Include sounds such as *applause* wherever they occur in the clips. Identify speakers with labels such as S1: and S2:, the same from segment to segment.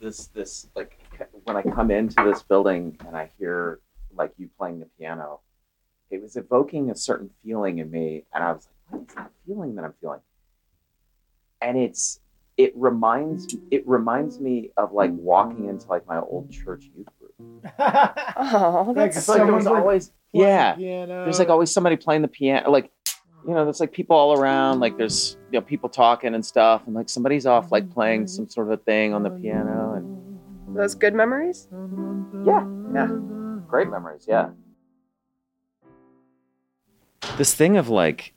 S1: this this like when I come into this building and I hear like you playing the piano, it was evoking a certain feeling in me, and I was like, what is that feeling that I'm feeling? And it's it reminds it reminds me of like walking into like my old church youth group.
S2: Oh,
S3: Like
S2: that's
S1: It's like there
S3: someone's
S1: was
S3: like-
S1: always yeah. There's like always somebody playing the piano, like you know, there's like people all around, like there's you know people talking and stuff, and like somebody's off like playing some sort of a thing on the piano, and
S2: those good memories.
S1: Yeah, yeah. Great memories, yeah. This thing of like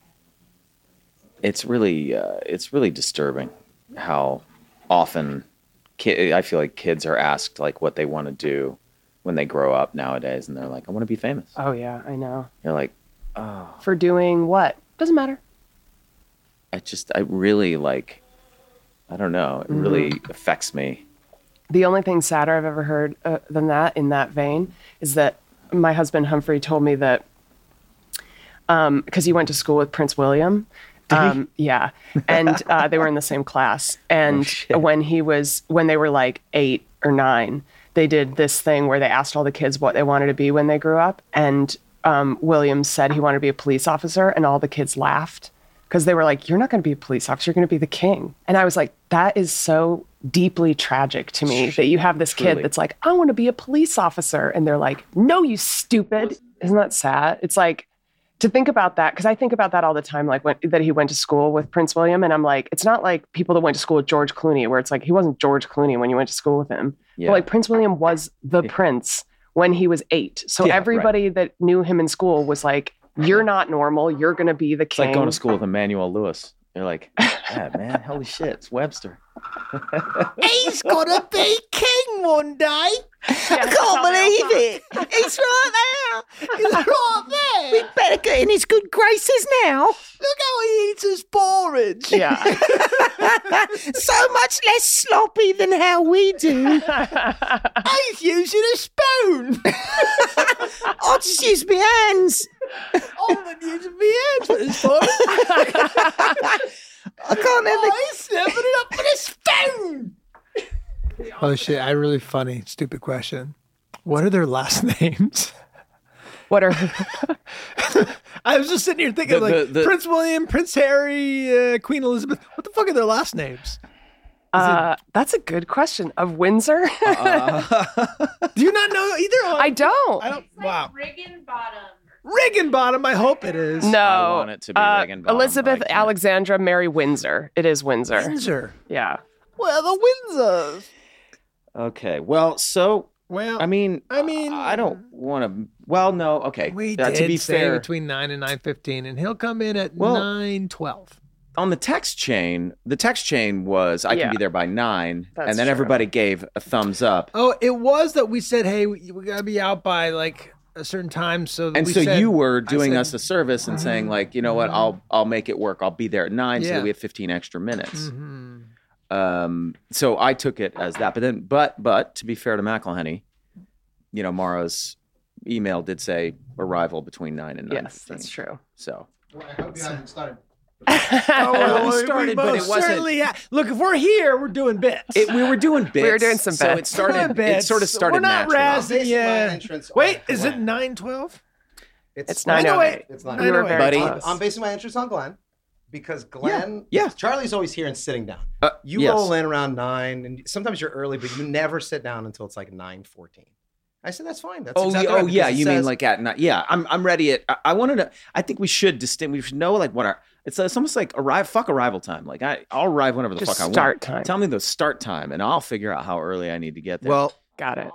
S1: it's really uh, it's really disturbing how often ki- I feel like kids are asked like what they want to do when they grow up nowadays and they're like I want to be famous.
S2: Oh yeah, I know.
S1: You're like, "Oh,
S2: For doing what? Doesn't matter.
S1: I just I really like I don't know. It really
S3: Mm-hmm.
S1: affects me."
S2: The only thing sadder I've ever heard uh, than that in that vein is that my husband Humphrey told me that because he Um, went to school with Prince William. Um, yeah, and uh, they were in the same class. And when he was when they were like eight or nine, they did this thing where they asked all the kids what they wanted to be when they grew up, and um, William said he wanted to be a police officer, and all the kids laughed because they were like, "You're not going to be a police officer. You're going to be the king." And I was like, "That is so." deeply tragic to me that you have this
S1: Truly.
S2: kid that's like I want to be a police officer and they're like no you stupid isn't that sad it's like to think about that because I think about that all the time, like when, that he went to school with Prince William, and I'm like, it's not like people that went to school with George Clooney, where it's like he wasn't George Clooney when you went to school with him,
S1: Yeah.
S2: but like Prince William was the prince when he was eight, so
S1: Yeah, right.
S2: everybody that knew him in school was like, you're not normal, you're gonna be the
S1: it's
S2: king.
S1: like going to school with Emmanuel Lewis. You're like, "Yeah, man, holy shit, it's
S3: *laughs*
S1: Webster."
S4: He's gonna be king one day. I can't believe it. He's right there. *laughs* He's right there. We better get in his good graces now. Look how he eats his porridge. *laughs*
S2: yeah,
S4: so much less sloppy than how we do. *laughs* He's using a *laughs* spoon. I just use my hands. I'm not using my hands at this point. *laughs* I can't ever. Oh, he's slapping it up with a spoon.
S3: Oh shit! I really funny, stupid question. What are their last *laughs* names?
S2: what are
S3: *laughs* I was just sitting here thinking,
S1: The-
S3: like
S1: the- the-
S3: Prince William, Prince Harry, uh, Queen Elizabeth. What the fuck are their last names?
S2: uh, that's a good question of Windsor.
S3: Uh-uh.
S2: *laughs*
S3: Do you not know either one?
S2: I don't.
S3: I don't.
S5: It's like
S3: Wow.
S5: Riggin bottom.
S3: Riggenbottom. I hope it is.
S2: no, Uh,
S1: I want it to be Reagan Bonham, but I
S2: Elizabeth
S1: can't.
S2: Alexandra Mary Windsor. It is Windsor.
S3: Windsor.
S2: Yeah.
S4: Well, the Windsors.
S1: Okay. Well, so
S3: Well,
S1: I mean,
S3: I mean-
S1: I don't want to. Well, no. Okay.
S3: we
S1: Uh,
S3: did
S1: to be
S3: say
S1: fair,
S3: between nine and nine fifteen, and he'll come in at
S1: Well-
S3: nine twelve.
S1: on the text chain, the text chain was I
S2: Yeah.
S1: can be there by nine,
S2: That's
S1: and then
S2: true.
S1: everybody gave a thumbs up,
S3: Oh, it was that we said, hey, we, we gotta be out by like a certain time. So
S1: and
S3: we
S1: so
S3: said-
S1: you were doing
S3: said- "Mm-hmm."
S1: us a service and saying like, you know what, I'll I'll make it work. I'll be there at nine, so
S3: Yeah.
S1: that we have fifteen extra minutes.
S3: Mhm.
S1: Um, so I took it as that, but then, but but to be fair to McElhenney, you know, Mara's email did say arrival between nine and nine.
S2: Yes, that's true.
S1: So *laughs*
S3: Oh,
S1: well, we
S3: we
S1: started, but
S3: most
S1: it wasn't-
S3: certainly ha- Look, if we're here, we're doing bits.
S1: it, we were
S2: *laughs*
S1: doing bits.
S2: were doing some
S1: So it
S2: bits.
S1: started. It
S3: bits.
S1: sort of started
S3: We're not
S1: naturally.
S3: razzing
S6: Baseline
S3: you.
S6: entrance
S3: Wait,
S6: on
S3: is it
S6: Glenn.
S3: nine twelve?
S2: It's
S3: I
S2: nine
S3: know
S2: oh
S3: it.
S2: eight.
S6: It's
S3: I
S6: not.
S3: know
S2: We were
S3: it.
S2: very
S1: Buddy.
S2: close.
S6: I'm basing my entrance on Glenn because Glenn.
S1: Yeah.
S6: Charlie's always here and sitting down.
S1: Uh,
S6: You
S1: yes.
S6: roll in around nine, and sometimes you're early, but you never sit down until it's like nine fourteen. I said that's fine. That's
S1: Oh,
S6: exactly
S1: yeah,
S6: right,
S1: oh yeah.
S6: because it
S1: You mean
S6: says-
S1: like at night? Yeah, I'm I'm ready. At I, I wanted to. I think we should distinct. We should know like what our. It's, it's almost like arrive. Fuck arrival time. Like I, I'll arrive whenever the
S2: Just
S1: fuck I want.
S2: start time.
S1: Tell me the start time, and I'll figure out how early I need to get there.
S6: well,
S2: Got it.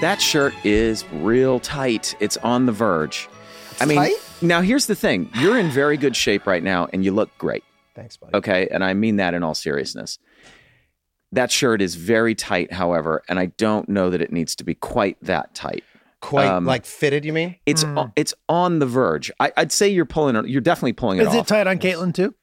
S1: that shirt is real tight. It's on the verge. I mean,
S6: Tight?
S1: now here's the thing. You're in very good shape right now, and you look great.
S6: thanks, buddy.
S1: Okay. And I mean that in all seriousness. That shirt is very tight, however, and I don't know that it needs to be quite that tight.
S6: Quite
S1: um,
S6: like fitted. You mean?
S1: It's
S3: Hmm.
S1: on, it's on the verge. I, I'd say you're pulling it. You're definitely pulling it
S3: Is it
S1: off.
S3: tight on Caitlin too?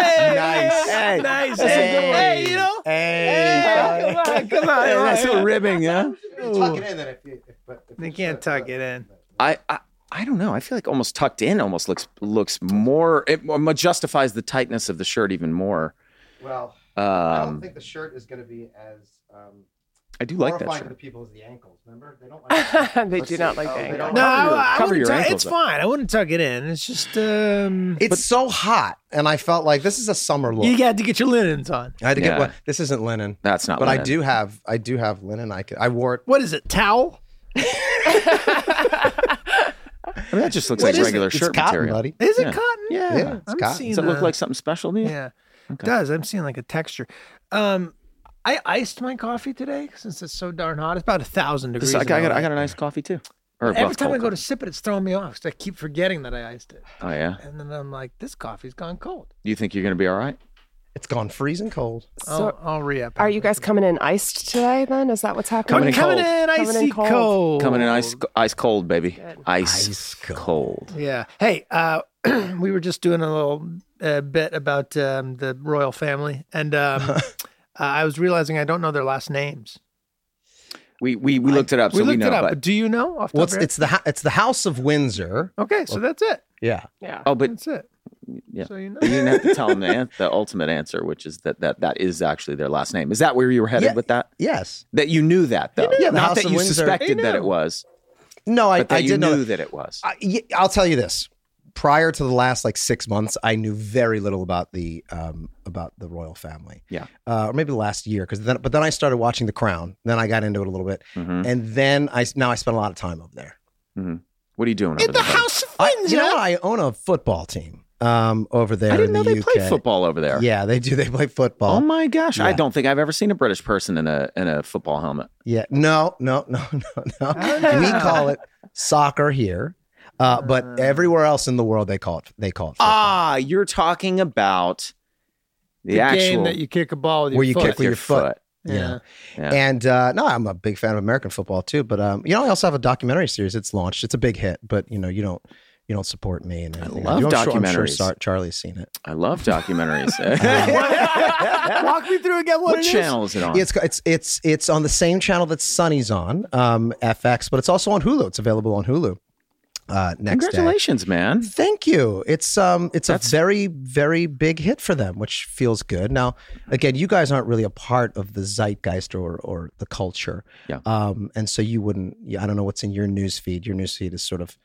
S6: nice.
S1: hey,
S3: Nice.
S6: Hey.
S3: you know.
S6: Hey,
S3: Come on, come on.
S1: that's a ribbing, huh?
S6: buddy. Tuck it in then if you, if, but if
S3: They can't tuck
S1: *laughs*
S3: it in.
S1: I, I I don't know. I feel like almost tucked in almost looks looks more it more justifies the tightness of the shirt even more.
S6: Well, I don't
S1: Um,
S6: think the shirt is going to be as um,
S1: I do like that
S6: horrifying to the
S1: shirt.
S6: people as the ankles. Remember,
S1: *laughs*
S6: they don't like.
S2: they do
S6: see.
S2: not like
S6: Oh,
S2: the
S6: they
S2: angle.
S6: don't-
S3: No, I, I
S1: Cover
S3: wouldn't
S1: your
S3: tuck-
S1: ankles
S3: it's
S1: up.
S3: fine. I wouldn't tuck it in. It's just um,
S6: It's so hot, and I felt like this is a summer look.
S3: you got to get your linens on.
S6: I had to
S1: Yeah.
S6: get one. This isn't linen,
S1: That's not.
S6: but I
S1: linen.
S6: do have. I do have linen. I could, I wore it.
S3: What is
S6: *laughs*
S3: it? Towel?
S1: I mean, that just looks
S6: What
S1: like
S6: is
S1: regular
S6: it? It's
S1: shirt
S6: cotton,
S1: material.
S6: buddy.
S3: Is it
S1: Yeah.
S3: cotton?
S1: Yeah.
S6: Yeah, it's
S3: I'm
S6: cotton.
S3: seeing.
S1: Does it look
S3: a-
S1: like something special to you?
S3: Yeah, it does. I'm seeing like a texture. Um, I iced my coffee today since it's so darn hot. It's about a thousand
S1: This-
S3: degrees.
S1: I, got, I,
S3: in
S1: got, I
S3: LA.
S1: got an iced coffee too. Or well,
S3: Every
S1: it's
S3: time I
S1: cold
S3: go to sip it, it's throwing me off 'cause I keep forgetting that I iced it,
S1: coffee. Oh yeah.
S3: and then I'm like, this coffee's gone cold.
S1: You think you're gonna be all right?
S6: It's gone freezing cold.
S2: So,
S3: I'll, I'll re-up.
S2: are you guys coming in iced today? Then is that what's happening?
S3: coming,
S1: in cold.
S3: coming in
S2: Coming in
S3: icy
S2: cold.
S3: cold.
S1: Coming in ice ice cold, baby. Ice,
S6: Ice cold.
S1: cold.
S3: Yeah. Hey, uh, *clears throat* we were just doing a little uh, bit about um, the royal family, and *laughs* um, uh, I was realizing I don't know their last names.
S1: We we, we looked it up,
S3: we
S1: so
S3: looked
S1: we know.
S3: it up.
S1: but-
S3: But do you know? Off the top
S6: What's
S3: of your
S6: it's the hou- it's the House of Windsor.
S3: head? Okay, so that's it.
S6: Yeah,
S2: Yeah.
S1: oh, but
S3: That's it.
S1: yeah.
S3: So you know.
S1: you didn't have to
S3: *laughs*
S1: tell them the, an- the ultimate answer, which is that, that that is actually their last name. Is that where you were headed
S6: Yeah.
S1: with that?
S6: yes.
S1: That you knew that though,
S6: Yeah, the
S1: not
S6: House
S1: that
S6: of
S1: you
S6: Windsor.
S1: suspected
S3: He
S1: that
S3: knew.
S1: it was,
S6: No, I,
S1: but that
S6: I
S1: you
S6: did
S1: knew
S6: know. That.
S1: that it was.
S6: I, y- I'll tell you this. Prior to the last like six months, I knew very little about the um, about the royal family.
S1: Yeah.
S6: uh, or maybe the last year because then. But then I started watching The Crown. Then I got into it a little bit,
S1: Mhm.
S6: and then I now I spend a lot of time up there.
S1: What are you doing over
S4: the
S1: there? buddy?
S4: house of
S6: I,
S4: Windsor.
S6: you know what? I own a football team um, over there.
S1: I didn't know
S6: in the
S1: they played
S6: UK.
S1: football over there.
S6: Yeah, they do. *laughs* They play football.
S1: Oh my gosh! I
S6: Yeah.
S1: don't think I've ever seen a British person in a in a football helmet.
S6: Yeah. No, no, no, *laughs* no, no.
S1: Ah.
S6: we call it soccer here. Uh, but everywhere else in the world they call it they call it football.
S1: Ah, you're talking about the,
S3: the
S1: actual
S3: game that you kick a ball with your
S6: Where you
S3: foot.
S6: kick with your foot.
S3: Yeah.
S6: Yeah.
S1: Yeah.
S6: And uh, no, I'm a big fan of American football too. But um, you know, I also have a documentary series. It's launched. It's a big hit. But you know, you don't you don't support me. And anything.
S1: love
S6: You know, I'm sure- I'm sure
S1: documentaries.
S6: Sar- Charlie's seen it.
S1: I love
S6: *laughs*
S1: documentaries.
S3: *laughs* Walk me through again. What,
S1: what
S3: it is.
S1: channel is it on?
S6: It's it's it's it's on the same channel that Sunny's on um, FX, but it's also on Hulu. It's available on Hulu uh, next day.
S1: Congratulations, man.
S6: Thank you. It's um it's
S1: That's-
S6: a very very big hit for them, which feels good. Now, again, you guys aren't really a part of the zeitgeist or or the culture.
S1: Yeah.
S6: Um and so you wouldn't yeah, I don't know what's in your news feed. Your news feed is sort of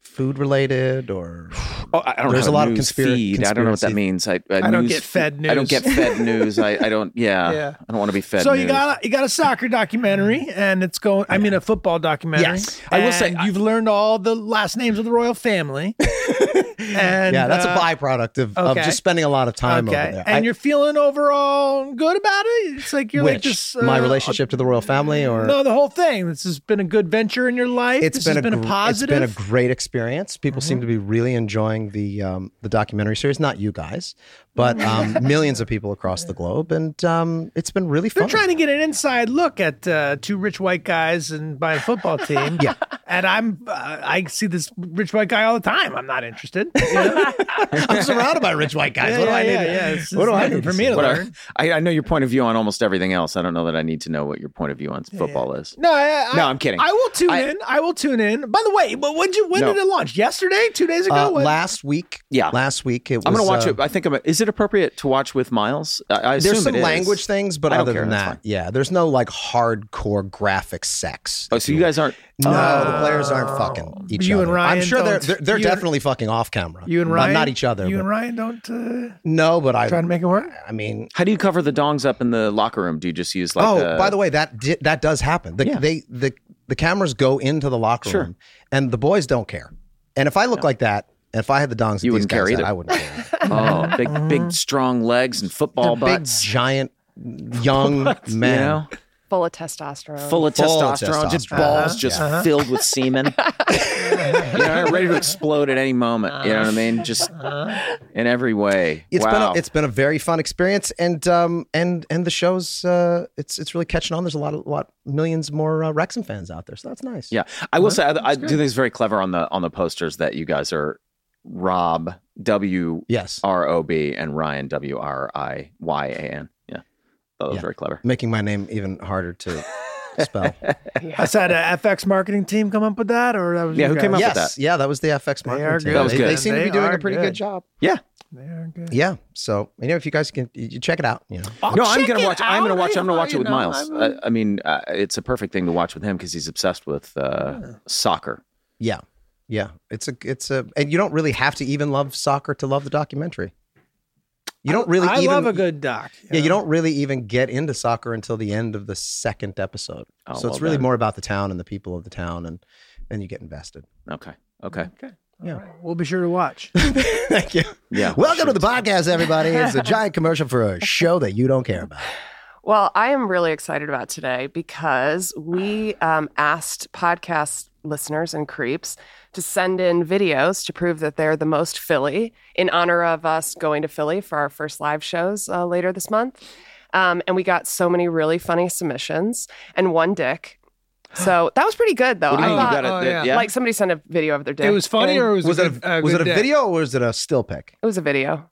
S6: food related or
S1: *sighs* Oh, I I don't
S6: There's
S1: have
S6: a lot of
S1: news
S6: conspira-
S1: feed. I don't know what that
S6: conspiracy-
S1: means. I,
S3: I don't get
S1: fe-
S3: fed
S1: I don't
S3: news.
S1: get fed news. I, I don't. Yeah,
S3: *laughs* Yeah.
S1: I don't want to be fed.
S3: So
S1: news.
S3: you got a, you got a soccer documentary, and it's going. I mean, a football documentary.
S6: Yes.
S3: I will say you've learned all the last names of the royal family. and
S6: Yeah, that's
S3: uh,
S6: a byproduct of, of
S3: okay.
S6: just spending a lot of *laughs* time over there.
S3: And
S6: I-
S3: you're feeling overall good about it? It's like you're like
S6: which
S3: just
S6: my
S3: uh,
S6: relationship to the royal family or
S3: No, the whole thing. This has been a good venture in your life. this has been
S6: gr-
S3: a positive. Mm-hmm.
S6: It's been a great experience. People seem to be really enjoying the um, the documentary series. Not you guys, but
S3: Mm-hmm.
S6: um,
S3: *laughs*
S6: millions of people across the globe, and um, it's been really
S3: They're
S6: fun.
S3: trying to get an inside look at uh, two rich white guys and by a football
S6: *laughs*
S3: team. yeah, and I'm uh, I see this rich white guy all the time. I'm not interested. You know?
S6: *laughs* I'm surrounded by rich white guys.
S3: Yeah,
S6: what do I
S3: yeah,
S6: need? to-
S3: yeah, yeah. It's-
S6: what do
S3: it's
S6: I
S3: nothing
S6: need
S3: for
S6: to
S3: me
S6: see?
S3: to
S6: What
S3: learn.
S6: are-
S1: Whatever. *laughs* I, I know your point of view on almost everything else. I don't know that I need to know what your point of view on football is.
S3: no, I, I,
S1: No, I'm kidding.
S3: I will tune
S1: I-
S3: in. I will tune in. By the way, but when did you when
S1: No.
S3: did it launch? Yesterday, two days ago.
S6: Uh,
S3: When-
S6: last week,
S1: Yeah.
S6: last week it was.
S1: I'm gonna watch
S6: uh,
S1: it. I think I'm. Is it appropriate to watch with Miles? I, I assume
S6: There's some
S1: it is.
S6: language things, but
S1: I don't
S6: other
S1: care,
S6: than
S1: that's
S6: that,
S1: fine.
S6: yeah, there's no like hardcore graphic sex.
S1: Oh, so you guys aren't.
S6: No, the players aren't fucking each
S3: Oh. You
S6: other.
S3: and Ryan
S6: I'm sure they're
S3: don't-
S6: they're, they're
S3: you and-
S6: definitely fucking off camera.
S3: you and
S6: but
S3: Ryan,
S6: not each other.
S3: You
S6: but-
S3: and Ryan don't uh,
S6: no, but I
S3: try to make it work.
S6: I mean,
S1: How do you cover the dongs up in the locker room? Do you just use like?
S6: oh,
S1: the,
S6: by the way, that di- that does happen. The,
S1: Yeah.
S6: They the the cameras go into the locker
S1: Sure.
S6: room, and the boys don't care. And if I look like that, and if I had the dongs, that
S1: You
S6: these
S1: wouldn't care
S6: guys had,
S1: either.
S6: I wouldn't care.
S1: *laughs* oh, big, big, strong legs and football
S6: They're big,
S1: butts. *laughs*
S6: giant, young
S1: you
S6: men.
S1: know,
S2: Full of testosterone.
S1: full of
S6: Full of
S1: testosterone, just
S6: testosterone.
S1: balls
S6: Uh-huh.
S1: just
S3: Uh-huh.
S1: filled with semen. you know, ready to explode at any moment. You know what I mean? Just in every way.
S6: It's
S1: wow.
S6: been a, it's been a very fun experience, and um and and the show's uh it's it's really catching on. There's a lot of lot millions more uh, Wrexham fans out there, so that's nice.
S1: yeah, I will say I, I do think it's very clever on the on the posters that you guys are Rob W
S6: Yes.
S1: R O B and Ryan W R I Y A N. Yeah, that was
S6: Yeah.
S1: very clever.
S6: Making my name even harder to
S1: *laughs*
S6: spell.
S3: I said uh, FX marketing team come up with that, or that was
S1: Yeah,
S3: you
S1: who came
S3: guys?
S1: up with
S6: yes,
S1: that?
S6: yeah, that was the FX marketing.
S3: are
S6: team.
S3: good. That
S1: was
S6: They-
S1: good.
S6: They seem to
S3: They
S6: be doing
S3: are
S6: a pretty good.
S3: good.
S6: job.
S1: Yeah.
S3: They are good.
S6: Yeah, so you know if you guys can, you check it out. You know,
S1: no, I'm gonna
S3: it
S1: watch. I'm gonna
S3: out.
S1: watch. I'm gonna
S3: I-
S1: watch it
S3: you
S1: with
S3: know,
S1: Miles.
S3: I'm-
S1: I, I mean, uh, it's a perfect thing to watch with him because he's obsessed with uh, soccer.
S6: yeah, yeah. It's a, it's a, and you don't really have to even love soccer to love the documentary. You don't really.
S3: I
S6: even,
S3: love a good doc.
S6: Yeah, you don't really even get into soccer until the end of the second episode.
S1: Oh,
S6: so
S1: well
S6: it's really
S1: then.
S6: more about the town and the people of the town, and then you get invested.
S1: Okay. Okay.
S3: know. We'll be sure to *laughs* watch.
S6: Thank you.
S1: Yeah.
S6: Welcome to the podcast, everybody. It's a giant commercial for a show that you don't care about.
S2: Well, I am really excited about today because
S3: *sighs*
S2: we um, asked podcast listeners and creeps to send in videos to prove that they're the most Philly in honor of us going to Philly for our first live shows uh, later this month. Um, and we got so many really funny submissions and one dick. So that was pretty good, though.
S1: What do you
S2: I
S1: mean? You
S2: thought,
S1: got it?
S3: oh,
S1: that-
S3: yeah.
S1: yeah.
S2: like, somebody sent a video of their dick.
S3: it was funny,
S2: and
S3: or was,
S6: was
S3: it
S6: it
S3: good-
S6: a, was it a
S3: good day?
S6: video or was it a still pic?
S2: It was a video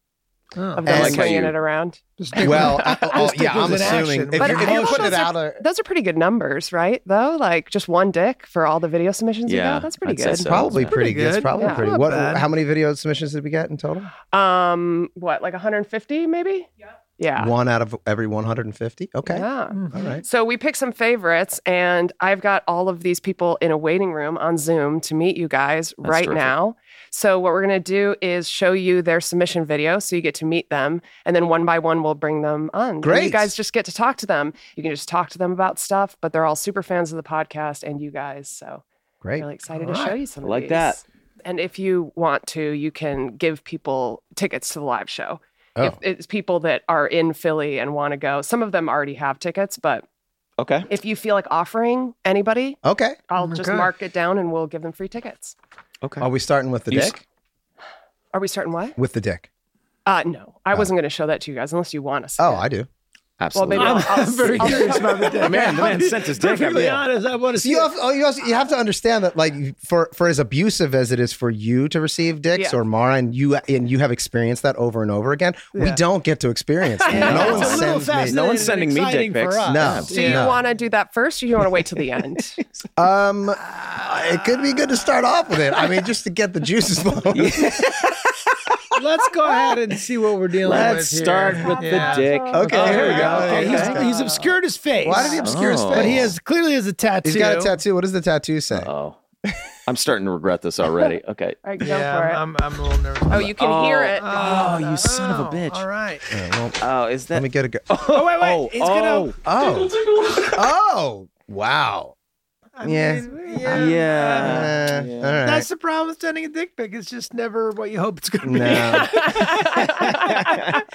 S3: Oh.
S2: of them
S6: And-
S2: swinging
S1: you-
S2: it around.
S3: Just think-
S6: I, oh,
S3: Just think it was an action.
S6: If
S3: But
S6: you're,
S2: I
S6: if you're
S2: also
S6: putting it
S2: said-
S6: out, uh,
S2: Those are pretty good numbers, right? Though, like just one dick for all the video submissions. you
S1: Yeah,
S2: got? that's pretty
S1: I'd say
S2: good.
S1: so.
S6: probably
S1: Yeah.
S6: pretty
S3: Pretty
S6: good. It's
S3: good.
S6: probably
S2: Yeah.
S6: pretty.
S3: Not
S6: What?
S3: bad.
S6: How many video submissions did we get in total?
S2: Um, what, like 150 maybe? Yeah. Yeah.
S6: One out of every 150. Okay.
S2: Yeah.
S3: Mm-hmm.
S6: All right.
S2: So we picked some favorites, and I've got all of these people in a waiting room on Zoom to meet you guys right
S1: terrific.
S2: now. So what we're gonna do is show you their submission video, so you get to meet them, and then one by one we'll bring them on. And You
S6: Great.
S2: guys just get to talk to them. You can just talk to them about stuff, but they're all super fans of the podcast and you guys. So
S6: Great.
S2: really excited
S3: All
S2: to
S3: right.
S2: show you some.
S7: I like
S2: of these.
S7: that.
S2: And if you want to, you can give people tickets to the live show.
S6: Oh.
S2: If it's people that are in Philly and want to go, some of them already have tickets, but
S7: Okay.
S2: if you feel like offering anybody,
S6: Okay.
S2: I'll just
S3: Okay.
S2: mark it down and we'll give them free tickets.
S6: Are we starting with the
S1: You
S6: dick?
S2: Are we starting what?
S6: With the dick.
S2: Uh, no, I wasn't going to show that to you guys unless you want us.
S6: Oh, I do.
S2: well,
S1: Absolutely.
S2: maybe I'll, I'll,
S3: I'm very
S2: I'll-
S3: curious about the day.
S1: man, the man sent his dick.
S3: Perfectly
S1: Yeah.
S3: honest, I want to
S6: So
S3: see.
S6: you
S3: it.
S6: have, oh, you, also, you have to understand that, like, you- for for as abusive as it is for you to receive dicks
S2: Yeah.
S6: or Mara, and you and you have experienced that over and over again, we
S3: Yeah.
S6: don't get to experience
S2: *laughs*
S6: that. No one
S3: It's a
S6: sends
S3: little
S6: me.
S1: No
S3: fascinating
S1: one's
S3: and
S1: sending me dick
S3: exciting for
S1: pics.
S3: us.
S6: No.
S2: do you
S6: No.
S2: want to do that first or you want to wait till the end?
S6: Um, it could be good to start off with it. I mean, just to get the juices flowing.
S3: *laughs* Let's go ahead and see what we're dealing
S7: Let's
S3: with.
S7: start
S3: here.
S7: with
S3: Yeah.
S7: the dick.
S6: Okay, here we go.
S3: Okay, he's,
S6: Okay.
S3: he's obscured his face.
S6: Why did he obscure his
S1: Oh.
S6: face?
S3: But he has clearly has a tattoo.
S6: He's got a tattoo. What does the tattoo say?
S7: Oh, I'm starting to regret this already. Okay.
S2: All right, go
S3: Yeah,
S2: for it.
S3: I'm, I'm, I'm a little nervous. Uh,
S2: oh, you can
S7: Oh.
S2: hear it.
S7: Oh, you son of a bitch.
S3: All right.
S6: Yeah, well,
S7: Oh, is
S6: let
S7: that?
S6: me get a go.
S3: Oh wait, wait.
S7: Oh,
S3: he's
S7: oh,
S3: gonna.
S6: Oh, oh, wow.
S3: I
S6: Yeah.
S3: mean,
S7: yeah.
S6: Uh,
S7: yeah.
S6: All right.
S3: That's the problem with sending a dick pic. It's just never what you hope it's going to be.
S6: no,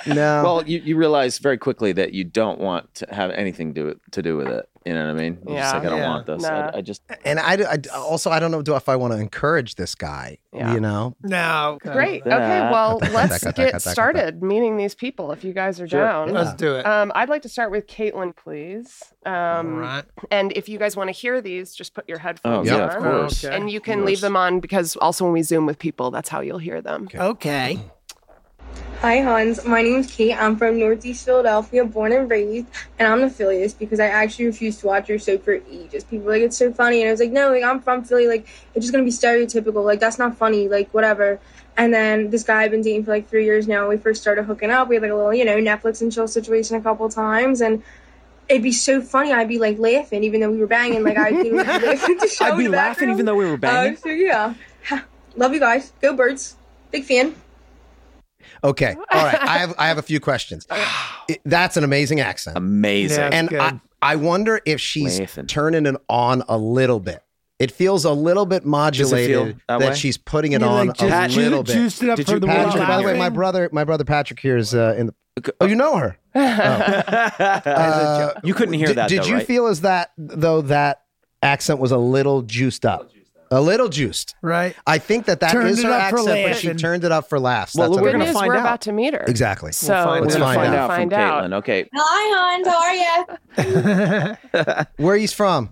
S6: no.
S1: Well, you, you realize very quickly that you don't want to have anything to to do with it. You know what I mean? You're just
S2: Yeah.
S1: like, I don't
S3: Yeah.
S1: want this.
S2: Nah.
S1: I, I just
S6: and I, I- also I don't know do- if I want to encourage this guy.
S2: Yeah.
S6: You know,
S3: *laughs* No.
S2: Great.
S7: that.
S2: Okay. Well,
S6: Cut that,
S2: let's
S6: cut that, cut
S2: get
S6: that, cut
S2: started meeting these people if you guys are
S7: Sure.
S2: down.
S3: Let's do it.
S2: Um, I'd like to start with Caitlin, please.
S3: All
S2: Um,
S3: right.
S2: And if you guys want to hear these, just put your
S1: oh
S2: headphones
S1: yeah,
S6: Yeah.
S1: of
S2: on.
S1: course.
S3: Okay.
S2: And you
S1: Of
S2: can
S1: course.
S2: leave them on because also when we Zoom with people, that's how you'll hear them.
S6: Mm-hmm.
S3: Okay.
S5: Hi, Hans. My name's Kate. I'm from Northeast Philadelphia, born and raised, and I'm affiliates because I actually refused to watch your show for ages. People were like, it's so funny. And I was like, no, like, I'm from Philly. Like, it's just going to be stereotypical. Like, that's not funny. Like, whatever. And then this guy I've been dating for like three years now, we first started hooking up. We had like a little, you know, Netflix and chill situation a couple times. And it'd be so funny. I'd be like laughing, even though we were banging. Like, I would
S1: *laughs*
S5: laughing to show
S7: I'd be laughing even though we were
S5: Uh,
S7: banging.
S5: so, yeah. Love you guys. Go, birds. Big fan.
S3: *laughs*
S6: Okay. All right. I have I have a few questions. It- That's an amazing accent,
S1: Amazing.
S3: Yeah.
S6: and
S3: good.
S6: I, I wonder if she's
S1: Laughing.
S6: turning it on a little bit. It feels a little bit modulated
S1: that
S6: that,
S1: way?
S6: she's putting it
S3: You,
S6: on
S3: like,
S6: a
S3: ju- ju-
S6: little bit.
S3: juiced it up
S1: Did
S3: for
S1: you-
S3: the
S6: Patrick, by the way,
S3: laughing.
S6: my brother, my brother Patrick here is uh, in the. Oh, you know her. Uh,
S1: you couldn't hear
S6: did,
S1: that.
S6: Did
S1: though,
S6: you
S1: right?
S6: feel as that though that accent was a little juiced up? A little juiced.
S3: Right.
S6: I think that that is
S3: Turned it
S6: her
S3: up for
S6: accent, but
S3: laughs
S6: she
S3: and-
S6: turned it up for laughs.
S1: Well,
S6: That's
S1: we're
S6: what
S2: Good
S1: gonna
S2: news,
S1: find
S2: we're
S1: out.
S2: about to meet her.
S6: exactly.
S2: So
S3: find
S2: we're
S1: Let's
S2: gonna
S6: out.
S1: find,
S2: *laughs* find,
S1: out from
S2: out.
S1: Caitlin. Okay.
S5: Hi, Hans. How are you?
S6: *laughs* Where he's from?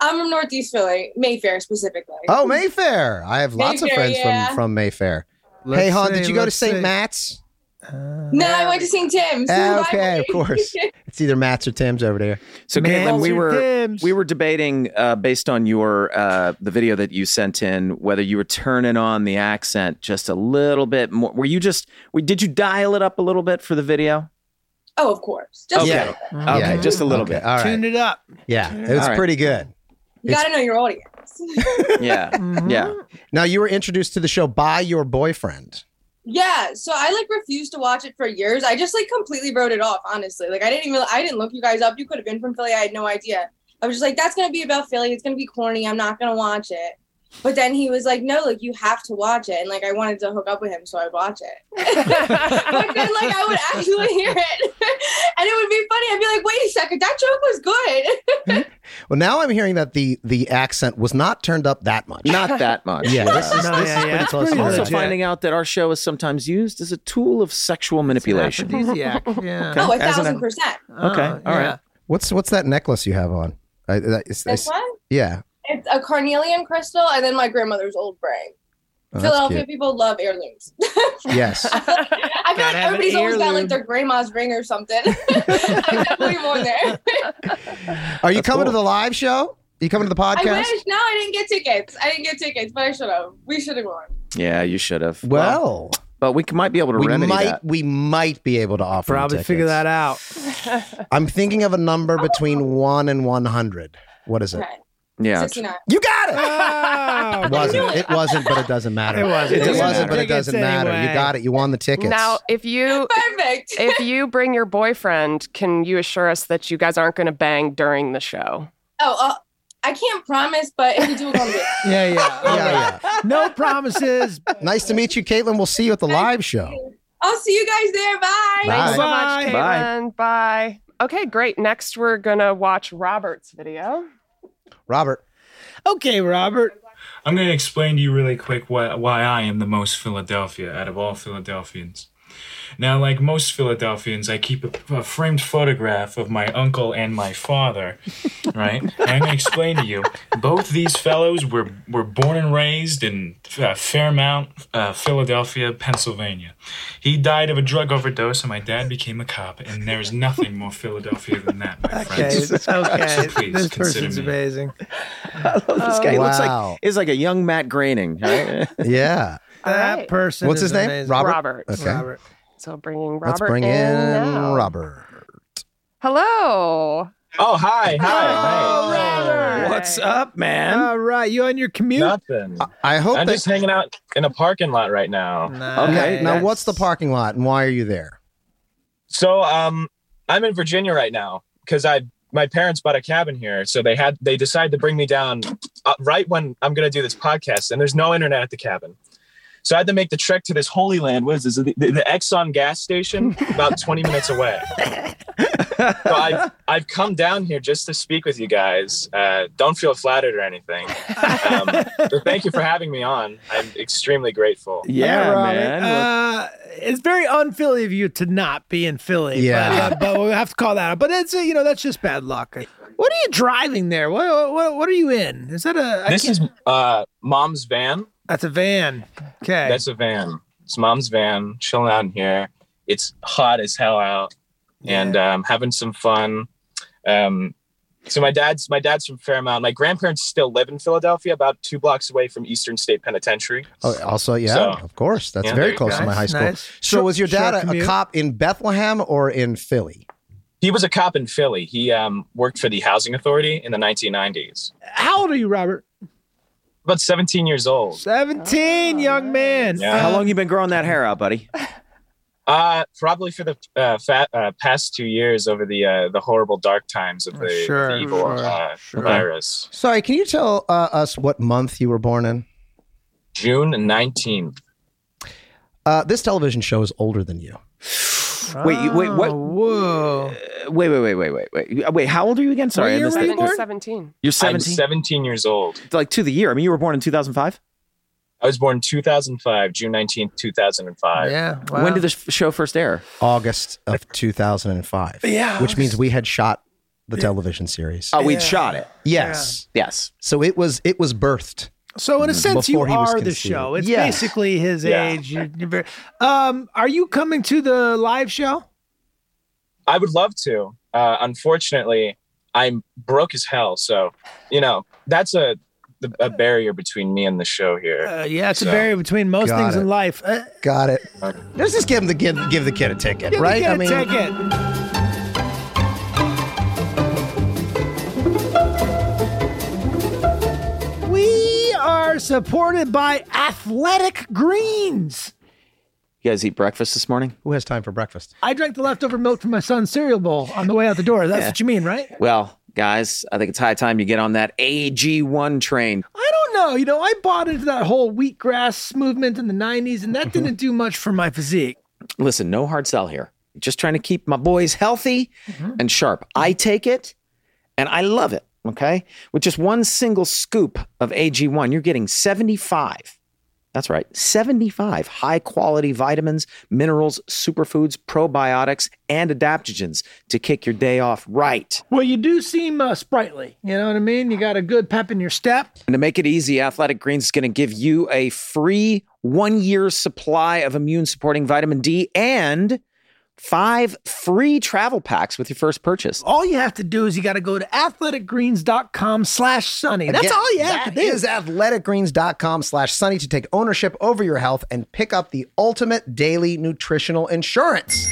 S5: I'm from Northeast Philly, Mayfair specifically.
S6: Oh, Mayfair. I have lots of
S5: Mayfair,
S6: friends
S5: yeah.
S6: from from Mayfair.
S3: Let's
S6: hey, hon,
S3: see,
S6: did you go to
S3: let's
S6: St.
S3: see.
S6: Matt's?
S5: No, I went to St. Tim's. *laughs*
S6: Ah, okay, of
S2: *laughs*
S6: course. It's either Matt's or Tim's over there.
S1: So
S3: Man,
S1: Caitlin, we
S3: Sir
S1: were
S3: Dibbs.
S1: we were debating uh, based on your uh, the video that you sent in whether you were turning on the accent just a little bit more. Were you just we did you dial it up a little bit for the video?
S5: Oh, of course. Just
S1: Okay.
S5: yeah.
S1: Okay,
S6: Yeah.
S1: just a little
S6: Okay, All
S3: Tune
S6: right.
S3: it up.
S6: Yeah, it was
S1: All right.
S6: pretty good.
S5: You got to know your audience.
S1: bit. Yeah,
S2: Mm-hmm.
S1: yeah.
S6: Now you were introduced to the show by your boyfriend.
S5: yeah. So I like refused to watch it for years. I just like completely wrote it off, honestly. Like I didn't even I didn't look you guys up. You could have been from Philly. I had no idea. I was just like, that's gonna be about Philly. It's gonna be corny. I'm not gonna watch it. But then he was like, no, like you have to watch it. And like I wanted to hook up with him, so I would watch it. *laughs* but then like I would actually hear it. *laughs* and it would be funny. I'd be like, wait a second, that joke was good. *laughs*
S6: Well, now I'm hearing that the the accent was not turned up that much.
S1: Not that much.
S6: Yeah, this is,
S3: No,
S6: this
S3: yeah,
S6: is
S3: yeah,
S6: pretty
S3: it's
S6: close.
S3: pretty
S6: to
S1: Also
S3: legit.
S1: finding out that our show is sometimes used as a tool of sexual
S8: *laughs*
S1: manipulation.
S3: Aphrodisiac. Yeah.
S5: Oh, a
S1: As an-
S5: thousand percent.
S6: Oh,
S1: Okay, all
S2: Oh,
S3: yeah.
S1: right.
S6: What's what's that necklace you have on? I, that is- I
S5: This
S6: s-
S5: one?
S6: yeah,
S5: It's a carnelian crystal and then my grandmother's old brain.
S6: Oh, that's
S5: Philadelphia
S6: cute.
S5: people love heirlooms.
S6: Yes,
S5: *laughs* I feel like, I feel
S3: Gotta
S5: like
S3: have an
S5: everybody's always got
S3: heirloom.
S5: like their grandma's ring or something. *laughs* I'm definitely born there.
S6: are you coming to
S1: cool.
S6: the live show? you coming to the
S5: I
S6: podcast?
S5: wish. No, I didn't get tickets. I didn't get tickets, but I should have. We should have gone.
S1: Yeah, you should have.
S6: Well,
S1: but we c- might be able to
S6: we
S1: remedy
S6: might
S1: that. *laughs*
S6: we might be able to offer. you
S3: Probably figure
S6: tickets.
S3: that out.
S6: I'm thinking of a number between one and one hundred. What is it?
S5: Oh. Okay.
S1: Yeah,
S5: 69.
S6: You got it.
S3: Oh,
S6: It wasn't. It wasn't, but it
S5: *laughs*
S6: doesn't matter.
S3: It wasn't.
S6: It,
S1: It doesn't
S6: wasn't, but it
S3: matter.
S6: doesn't matter. You
S3: Anyway.
S6: got it. You won the tickets.
S2: Now, if you
S5: *laughs* Perfect.
S2: if you bring your boyfriend, can you assure us that you guys aren't going to bang during the show?
S5: Oh, uh, I can't promise, but if we do, we're going to do it.
S3: *laughs* yeah, yeah, yeah.
S6: Oh, yeah, yeah.
S3: No promises.
S6: Nice to meet you, Caitlin. We'll see you at the live show.
S5: *laughs* I'll see you guys there. Bye.
S2: Thanks so
S6: Bye.
S3: Bye.
S2: much,
S1: Bye.
S2: Caitlin. Bye. Okay, great. Next, we're gonna watch Robert's video.
S6: Robert.
S3: Okay, Robert.
S9: I'm going to explain to you really quick why, why I am the most Philadelphia out of all Philadelphians. Now, like most Philadelphians, I keep a, a framed photograph of my uncle and my father, right? And I'm going to explain to you both these fellows were, were born and raised in uh, Fairmount, uh, Philadelphia, Pennsylvania. He died of a drug overdose, and my dad became a cop, and there is nothing more Philadelphia than that, my
S3: Okay,
S9: friends.
S3: okay.
S9: Please
S3: this
S9: consider
S3: person's
S9: me.
S3: amazing.
S1: this guy looks
S6: Wow.
S1: like is like a young Matt Groening. Right?
S6: *laughs* Yeah.
S2: All
S3: That
S2: right.
S3: person.
S6: What's
S3: is
S6: his name?
S3: amazing.
S6: Robert?
S2: Robert.
S6: Okay.
S3: Robert.
S2: So bringing Robert.
S6: Let's bring in,
S2: in, now.
S6: Robert.
S2: Hello.
S8: Oh, hi. Hi.
S3: Oh, Robert.
S1: What's up, man?
S3: All right, you on your commute?
S8: Nothing.
S6: I hope
S8: I'm
S6: that.
S8: just hanging out in a parking lot right now.
S3: Nice.
S1: Okay,
S6: now, what's the parking lot and why are you there?
S8: So, um, I'm in Virginia right now because I my parents bought a cabin here, so they had they decided to bring me down uh, right when I'm going to do this podcast, and there's no internet at the cabin. So I had to make the trek to this holy land. What is this? The, the, the Exxon gas station, about 20 minutes away. So I've, I've come down here just to speak with you guys. Uh, don't feel flattered or anything. Um, but thank you for having me on. I'm extremely grateful.
S1: Yeah,
S3: All right,
S1: man.
S3: Uh, it's very un-Philly of you to not be in Philly.
S6: Yeah.
S3: but, uh, but we have to call that out. But it's uh, you know that's just bad luck. What are you driving there? What what, what are you in? Is that a? I
S8: This
S3: can't-
S8: is uh, mom's van.
S3: that's a van. Okay.
S8: That's a van. It's mom's van. Chilling out in here. It's hot as hell out, and um, having some fun. Um, so my dad's my dad's from Fairmount. My grandparents still live in Philadelphia, about two blocks away from Eastern State Penitentiary.
S6: Oh, also, yeah,
S8: So-
S6: of course. That's
S8: Yeah, there
S6: very
S8: you
S6: close
S8: go.
S6: to my high school.
S3: Nice.
S6: So,
S3: Short-
S6: was your dad
S3: short
S6: a, a
S3: commute?
S6: cop in Bethlehem or in Philly?
S8: He was a cop in Philly. He um, worked for the housing authority in the 1990s.
S3: How old are you, Robert?
S8: About 17 years old.
S3: Seventeen,
S8: Oh,
S3: young man.
S8: Yeah.
S1: How
S3: Uh,
S1: long you been growing that hair out, buddy?
S8: Uh, probably for the uh, fa- uh, past two years over the uh, the horrible dark times of the,
S3: Uh, Sure,
S8: the evil
S3: sure,
S8: uh,
S3: sure.
S8: virus.
S6: Sorry, can you tell uh, us what month you were born in?
S8: June 19th.
S6: Uh, this television show is older than you.
S1: Wait, you- wait, what?
S3: Oh, Whoa.
S1: Uh, Wait, wait, wait, wait, wait, wait. Uh, Wait, how old are you again? Sorry,
S3: What
S1: I
S3: year
S1: missed
S3: were you
S1: that.
S2: Seven-
S3: born?
S2: Seventeen.
S1: You're
S8: I'm
S1: 17?
S8: 17 years old.
S1: Like to the year. I mean, you were born in 2005.
S8: I was born in 2005, June 19th, 2005.
S3: Yeah. wow.
S1: When did the sh- show first air?
S6: August of 2005.
S3: Yeah,
S6: Which means we had shot the television series.
S1: Oh, we'd shot it.
S6: yes.
S1: Yes.
S6: So it was it was birthed.
S3: So in a sense, you
S6: Mm, Before he was
S3: are the
S6: conceited.
S3: show. It's
S1: Yeah.
S3: basically his
S8: Yeah.
S3: age. You're- you're very- um, are you coming to the live show?
S8: I would love to. Uh, unfortunately, I'm broke as hell, so you know that's a the- a barrier between me and the show here.
S3: Uh, yeah, it's a
S8: So-
S3: barrier between most
S6: Got
S3: things
S6: it.
S3: in life. Uh,
S6: Got it. Let's just give him the give, give the kid a ticket,
S3: give the
S6: right?
S3: kid a ticket. We are supported by Athletic Greens.
S1: You guys eat breakfast this morning?
S6: who has time for breakfast?
S3: I drank the leftover milk from my son's cereal bowl on the way out the door. That's what you mean, right?
S1: Well, guys, I think it's high time you get on that AG1 train.
S3: I don't know. You know, I bought into that whole wheatgrass movement in the 90s, and
S6: Mm-hmm.
S3: that didn't do much for my physique.
S1: Listen, no hard sell here. Just trying to keep my boys healthy and sharp. I take it and I love it. Okay. With just one single scoop of AG1, you're getting 75. That's right, 75 high quality vitamins, minerals, superfoods, probiotics, and adaptogens to kick your day off right.
S3: Well, you do seem uh, sprightly. You know what I mean? You got a good pep in your step.
S1: And to make it easy, Athletic Greens is going to give you a free one year supply of immune supporting vitamin D and five free travel packs with your first purchase.
S3: All you have to do is you got to go to athleticgreens.com slash sunny. That's
S6: Again,
S3: all you have to do.
S6: That is athleticgreens.com slash sunny to take ownership over your health and pick up the ultimate daily nutritional insurance.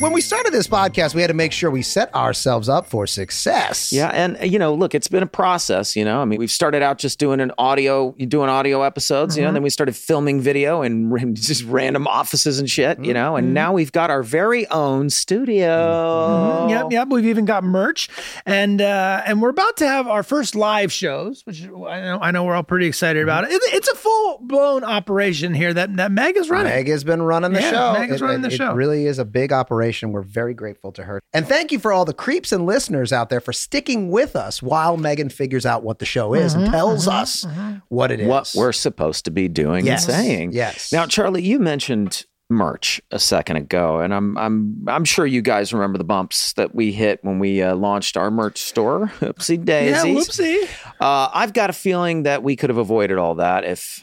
S6: When we started this podcast, we had to make sure we set ourselves up for success.
S1: Yeah, and uh, you know, look, it's been a process. You know, I mean, we've started out just doing an audio, doing audio episodes.
S3: Mm-hmm.
S1: You know, and then we started filming video and *laughs* r- just random offices and shit. You know,
S3: Mm-hmm.
S1: and now we've got our very own studio.
S3: Mhm. Yep, yep. We've even got merch, and uh, and we're about to have our first live shows, which I know, I know we're all pretty excited about. It,
S6: Mm-hmm.
S3: it's a full blown operation here that that Meg is running.
S6: Meg has been running the
S3: Yeah,
S6: show.
S3: Meg is
S6: It-
S3: running
S6: it-
S3: the show.
S6: It really is a big operation. We're very grateful to her. And thank you for all the creeps and listeners out there for sticking with us while Megan figures out what the show is
S3: Mm-hmm,
S6: and tells us what it is.
S1: What we're supposed to be doing
S6: Yes.
S1: and saying.
S6: Yes.
S1: Now, Charlie, you mentioned merch a second ago, and I'm I'm I'm sure you guys remember the bumps that we hit when we uh, launched our merch store. *laughs* Oopsie
S3: yeah,
S1: daisies.
S3: whoopsie.
S1: uh, I've got a feeling that we could have avoided all that if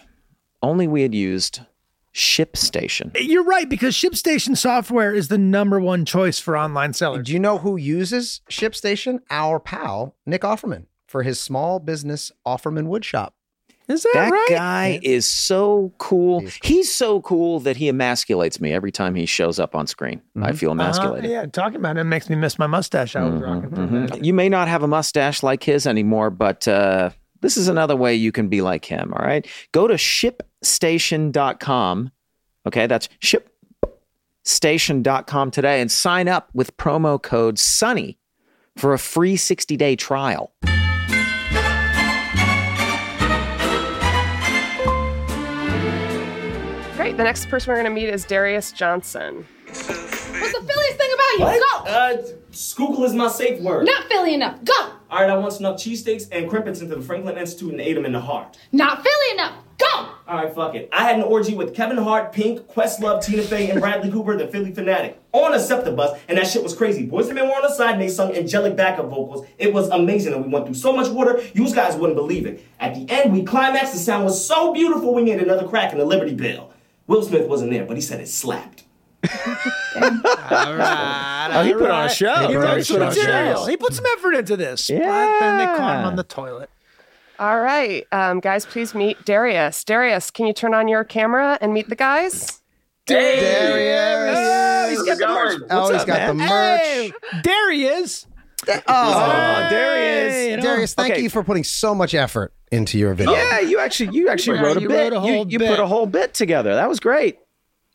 S1: only we had used ShipStation.
S3: You're right because ShipStation software is the number one choice for online sellers.
S6: Do you know who uses ShipStation? Our pal, Nick Offerman, for his small business Offerman Woodshop.
S3: Is that,
S1: That
S3: right?
S1: guy is so cool. He's, so cool that he emasculates me every time he shows up on screen. I feel emasculated.
S3: Uh-huh. yeah, talking about him makes me miss my mustache. I was
S6: Mm-hmm,
S3: rocking.
S1: Mhm. You may not have a mustache like his anymore, but uh, this is another way you can be like him. All right. Go to shipstation.com. Okay. That's shipstation.com today and sign up with promo code SUNNY for a free 60 day trial.
S2: Great. The next person we're going to meet is Darius Johnson.
S10: What's the Philliest thing about you? Go!
S11: Uh, Schuylkill is my safe word.
S10: Not Philly enough. Go!
S11: All right, I once snuck cheesesteaks and crimpets into the Franklin Institute and ate them in the heart.
S10: Not Philly enough. Go!
S11: All right, fuck it. I had an orgy with Kevin Hart, Pink, Questlove, Tina Fey, and Bradley Cooper, the Philly Fanatic, on a SEPTA bus, and that shit was crazy. Boys and men were on the side, and they sung angelic backup vocals. It was amazing, and we went through so much water, you guys wouldn't believe it. At the end, we climaxed. The sound was so beautiful, we made another crack in the Liberty Bell. Will Smith wasn't there, but he said it slapped.
S1: Oh, he put on a show.
S3: He
S6: He
S3: wrote
S6: wrote
S3: some
S6: some
S3: material.
S6: shows.
S3: He put some effort into this. But then they caught him on the toilet.
S2: All right, um, guys, please meet Darius. Darius, can you turn on your camera and meet the guys?
S6: Darius. Oh, he's got,
S9: Guard.
S6: got the merch.
S3: There he is.
S1: Oh, Darius.
S3: you know.
S6: Darius, thank
S1: Okay.
S6: you for putting so much effort into your video.
S1: Yeah, you actually you actually wrote a
S3: you
S1: bit.
S3: wrote a
S1: You-
S3: whole
S1: you
S3: bit.
S1: put a whole bit together. That was great.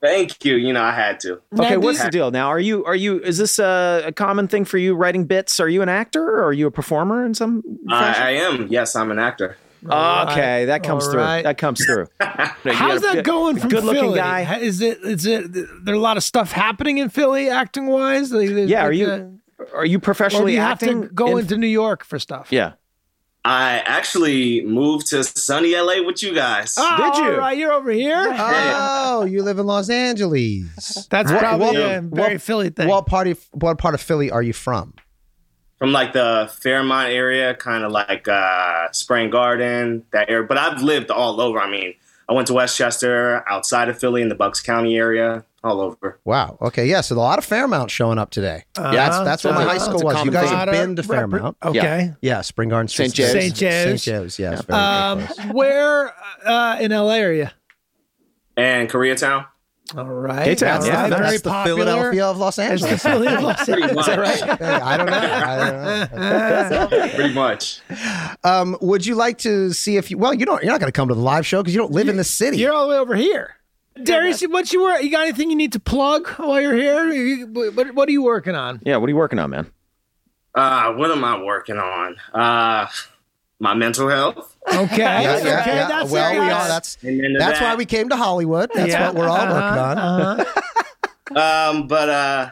S11: Thank you. You know, I had to.
S1: Okay,
S3: do
S1: what's
S3: you-
S1: the deal now? Are you are you is this a, a common thing for you writing bits? Are you an actor or are you a performer in some
S12: Uh,
S1: fashion?
S11: am. Yes, I'm an actor.
S1: okay, that comes
S3: all
S1: through.
S3: right.
S1: That comes through.
S12: *laughs*
S3: How's that going from
S1: good looking
S3: Philly?
S1: guy?
S3: Ha- Is it? Is it? There a lot of stuff happening in Philly, acting wise. Like, there's
S1: Yeah, are
S3: like
S1: you
S3: a-
S1: are you
S3: or do
S1: professionally
S3: you have
S1: acting?
S3: to go
S1: in-
S3: into New York for stuff?
S1: Yeah.
S11: I actually moved to sunny LA with you guys.
S3: Oh,
S1: Did you?
S3: All right, you're over here. Uh,
S6: Oh, you live in Los Angeles.
S3: That's
S1: What-
S3: probably
S1: what-
S3: a very
S6: what-
S3: Philly thing.
S6: What part of what part of Philly are you from?
S12: from like the Fairmont area, kind of like uh, Spring Garden, that area. But I've lived all over. I mean, I went to Westchester, outside of Philly, in the Bucks County area, all over.
S6: Wow. Okay. Yeah. So a lot of Fairmount showing up today.
S3: Uh-huh.
S12: Uh,
S6: yeah. That's, that's where my
S12: uh,
S6: high school
S12: it's a
S6: was. You
S12: common
S6: guys
S12: theme.
S6: have been to
S12: Repre-
S6: Fairmount.
S3: okay.
S6: Yeah. yeah Spring Garden.
S3: St. Joe's.
S6: St.
S3: St.
S6: St.
S3: Joe's.
S6: Joe's. Yeah. it's very-
S3: Um, where uh, in LA are you?
S12: And Koreatown.
S3: All right.
S6: K-Town,
S3: All
S6: yeah,
S3: right.
S6: that's
S3: uh, Very
S6: the
S3: popular.
S6: Philadelphia of Los
S3: It's the
S6: Angeles.
S3: Philadelphia
S6: *laughs*
S3: of Los
S6: Pretty
S3: Angeles.
S6: much. Hey, I don't know. I don't know.
S12: Pretty much.
S6: Um, would you like to see if you? Well, you don't. You're not going to come to the live show because you don't live in the city.
S3: You're all the way over here. Darius, what you were? You got anything you need to plug while you're here? You- What, what are you working on?
S1: Yeah, what are you working on, man?
S12: Uh, what am I working on? Uh, my mental health.
S6: *laughs*
S3: Okay.
S6: Yeah, yeah,
S3: okay.
S6: yeah.
S3: That's
S6: well,
S3: it.
S6: we are. That's
S12: Amen to
S6: that's
S12: that.
S6: why we came to Hollywood. That's
S12: Yeah,
S6: what we're all
S3: Uh-huh.
S6: working on.
S12: um, but uh,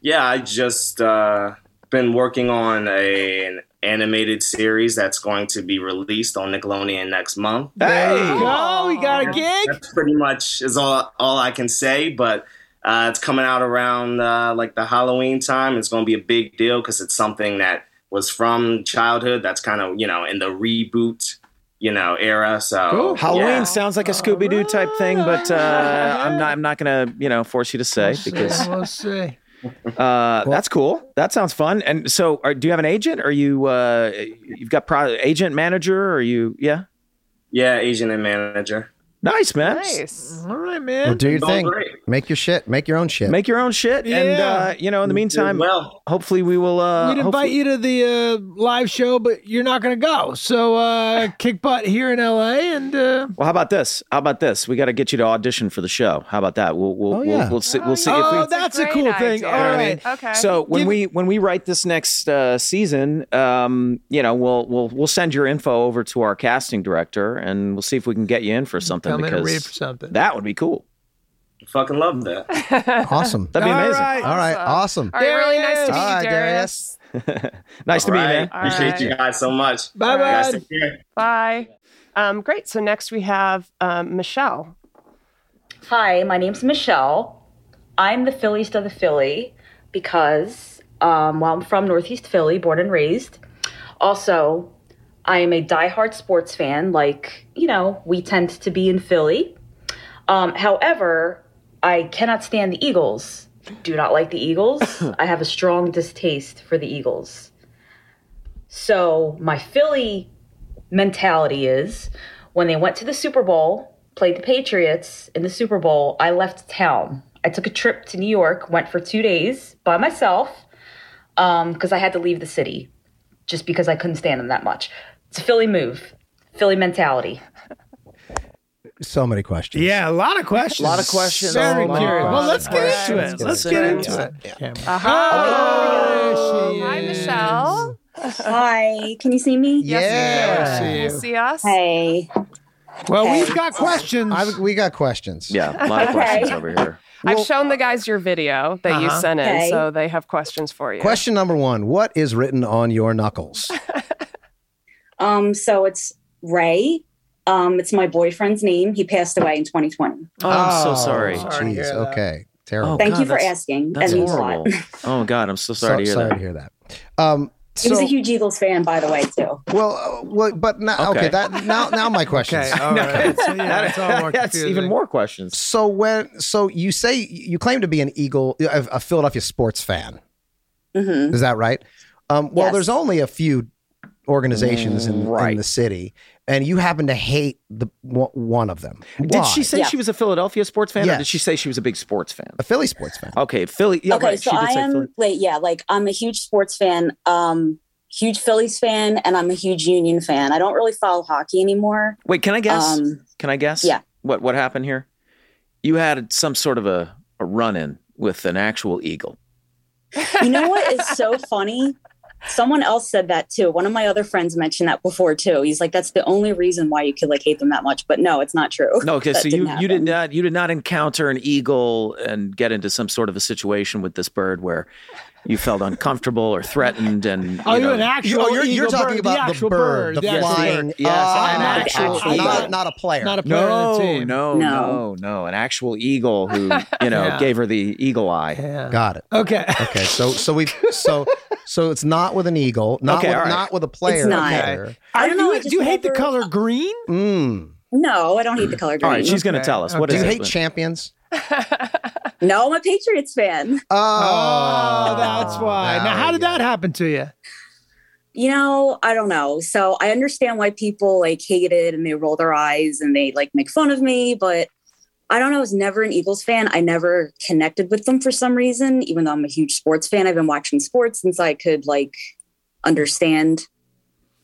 S12: yeah, I just uh, been working on a, an animated series that's going to be released on Nickelodeon next month.
S3: There you go. Oh, We got a gig.
S12: That's pretty much is all all I can say. But uh, it's coming out around uh, like the Halloween time. It's going to be a big deal because it's something that was from childhood. That's kind of you know in the reboot you know era. So
S1: Halloween
S12: yeah.
S1: sounds like a Scooby Doo type thing, but uh, I'm not. I'm not gonna you know force you to say because
S3: We'll see.
S1: uh, that's cool. That sounds fun. And so, are, do you have an agent? Are you uh, you've got pro- agent manager? Are you yeah?
S12: Yeah, agent and manager.
S1: Nice man.
S2: Nice.
S3: All right, man.
S6: Well, do your
S12: Oh,
S1: Going
S6: thing.
S1: great.
S6: Make your shit. Make your own shit.
S1: Make your own shit, and
S3: Yeah.
S1: uh, you know, in the
S12: You did
S1: meantime,
S12: well.
S1: hopefully we will. Uh,
S3: We'd invite
S1: hopefully-
S3: you to the uh, live show, but you're not going to go.
S6: *laughs*
S3: So uh, kick butt here in LA, and uh,
S1: Well, how about this? How about this? We got to get you to audition for the show. How about that? We'll we'll we'll,
S6: Oh, yeah.
S1: we'll see. We'll see if we.
S3: oh, that's a
S2: great
S3: cool thing.
S2: idea.
S3: All
S1: You know what I
S3: right.
S1: mean? So when *laughs* we when we write this next uh, season, um, you know, we'll we'll we'll send your info over to our casting director, and we'll see if we can get you in for something.
S3: Come in
S1: because
S3: and read for something.
S1: that would be cool.
S12: Fucking love that.
S6: awesome.
S1: That'd be
S3: All
S1: amazing.
S3: right.
S6: All right. Awesome.
S2: All right, really nice to meet
S6: All right,
S2: you, Darius.
S6: Darius.
S1: *laughs* nice to meet you, man.
S12: All right. Appreciate
S2: All
S12: you guys so much.
S3: Bye,
S12: You guys
S3: bud.
S12: take care.
S2: Bye. Um, great. So next we have um, Michelle.
S13: Hi, my name's Michelle. I'm the Philliest of the Philly because, um, well, I'm from Northeast Philly, born and raised. Also, I am a diehard sports fan, like, you know, we tend to be in Philly. Um, however, I cannot stand the Eagles. Do not like the
S2: *laughs*
S13: Eagles. I have a strong distaste for the Eagles. So, my Philly mentality is when they went to the Super Bowl, played the Patriots in the Super Bowl, I left town. I took a trip to New York, went for two days by myself because I had to leave the city just because I couldn't stand them that much. It's a Philly move, Philly mentality.
S6: So many questions.
S3: Yeah, a lot of questions.
S1: Lot of questions.
S3: Very
S1: So many
S3: curious. Well, let's
S1: questions.
S3: get into it.
S1: Questions.
S3: Let's get into
S1: Yeah.
S3: it.
S2: Aha.
S3: There she
S2: Hi,
S3: is.
S2: Michelle.
S14: Hi, can you see me?
S6: Yeah.
S3: we
S2: You
S3: can.
S2: see us?
S14: Hey.
S3: Well, we've got questions.
S6: I, we got questions.
S1: Yeah, a lot of
S14: Okay.
S1: questions over here.
S2: I've shown the guys your video that you
S3: Uh-huh.
S2: sent in,
S14: Okay.
S2: so they have questions for you.
S6: Question number one: What is written on your knuckles?
S14: Um, so it's Ray. Um, it's my boyfriend's name. He passed away in 2020.
S1: Oh, I'm so sorry.
S3: sorry to
S6: Jeez.
S3: hear that.
S6: Okay. Terrible.
S1: Oh,
S14: Thank
S1: God,
S14: you for
S1: that's-
S14: asking.
S1: That's
S14: That means a lot.
S1: horrible. Oh God, I'm so sorry to hear
S6: sorry
S1: that.
S6: to hear that. Um,
S14: He was
S6: so,
S14: a huge Eagles fan, by the way, too.
S6: well, uh, well, but now, *laughs* okay.
S1: Okay.
S6: that now, now my questions.
S1: *laughs*
S3: Okay. All right. So, yeah,
S1: That- *laughs*
S3: it's all more
S1: that's
S3: confusing.
S1: even more questions.
S6: So when, so you say you claim to be an Eagle, a, a Philadelphia sports fan.
S14: hmm
S6: Is that right? Um, well,
S14: Yes.
S6: there's only a few organizations in, in
S1: Right.
S6: the city, and you happen to hate the one- one of them.
S1: Did she
S6: Why?
S1: say
S14: Yeah.
S1: she was a Philadelphia sports fan, or
S6: Yes.
S1: did she say she was a big sports fan?
S6: a Philly sports fan?
S1: Okay, Philly. Yeah,
S14: okay,
S1: right.
S14: so
S1: she did
S14: I
S1: say Philly.
S14: am wait, yeah, like I'm a huge sports fan, um, huge Phillies fan, and I'm a huge Union fan. I don't really follow hockey anymore.
S1: Wait, can I guess?
S14: Um,
S1: Can I guess?
S14: yeah.
S1: What what happened here? You had some sort of a, a run in with an actual eagle.
S14: You know what is so funny? Someone else said that too. One of my other friends mentioned that before too. He's like, that's the only reason why you could like hate them that much. But no, it's not true.
S1: No, okay.
S14: Oh, That
S1: so you
S14: didn't
S1: you did
S14: happen.
S1: not you did not encounter an eagle and get into some sort of a situation with this bird where you felt uncomfortable or threatened and
S3: Oh,
S1: you
S3: you're
S1: know-
S3: an actual.
S6: You- oh, you're, you're
S3: eagle
S6: talking
S3: bird,
S6: about the,
S3: actual
S6: bird, the
S3: actual
S6: flying.
S3: bird.
S1: Yes,
S6: Ah,
S1: an
S6: not
S1: actual
S6: not,
S1: eagle.
S6: not a player.
S3: Not a player
S1: no,
S3: on the team.
S1: no, no, no, an actual eagle
S3: *laughs*
S1: who you know
S3: Yeah.
S1: gave her the eagle eye.
S3: Yeah.
S6: Got it.
S3: Okay.
S6: Okay, so so we so So it's not with an eagle, not,
S14: Okay,
S6: with,
S14: all right.
S6: not with a player.
S14: It's not.
S6: Player.
S14: I don't know. I just never-
S3: green?
S6: Mm.
S14: No, I don't hate the color green.
S6: All right, she's gonna Okay, tell us. What
S14: What
S6: okay.
S14: is
S6: is Do you it? hate champions?
S14: *laughs* no, I'm a Patriots fan.
S6: Oh,
S3: that's why. Now, how did that happen to you?
S14: you know, I don't know. So I understand why people like hate it and they roll their eyes and they like make fun of me, but I don't know. I was never an Eagles fan. I never connected with them for some reason, even though I'm a huge sports fan. I've been watching sports since I could like understand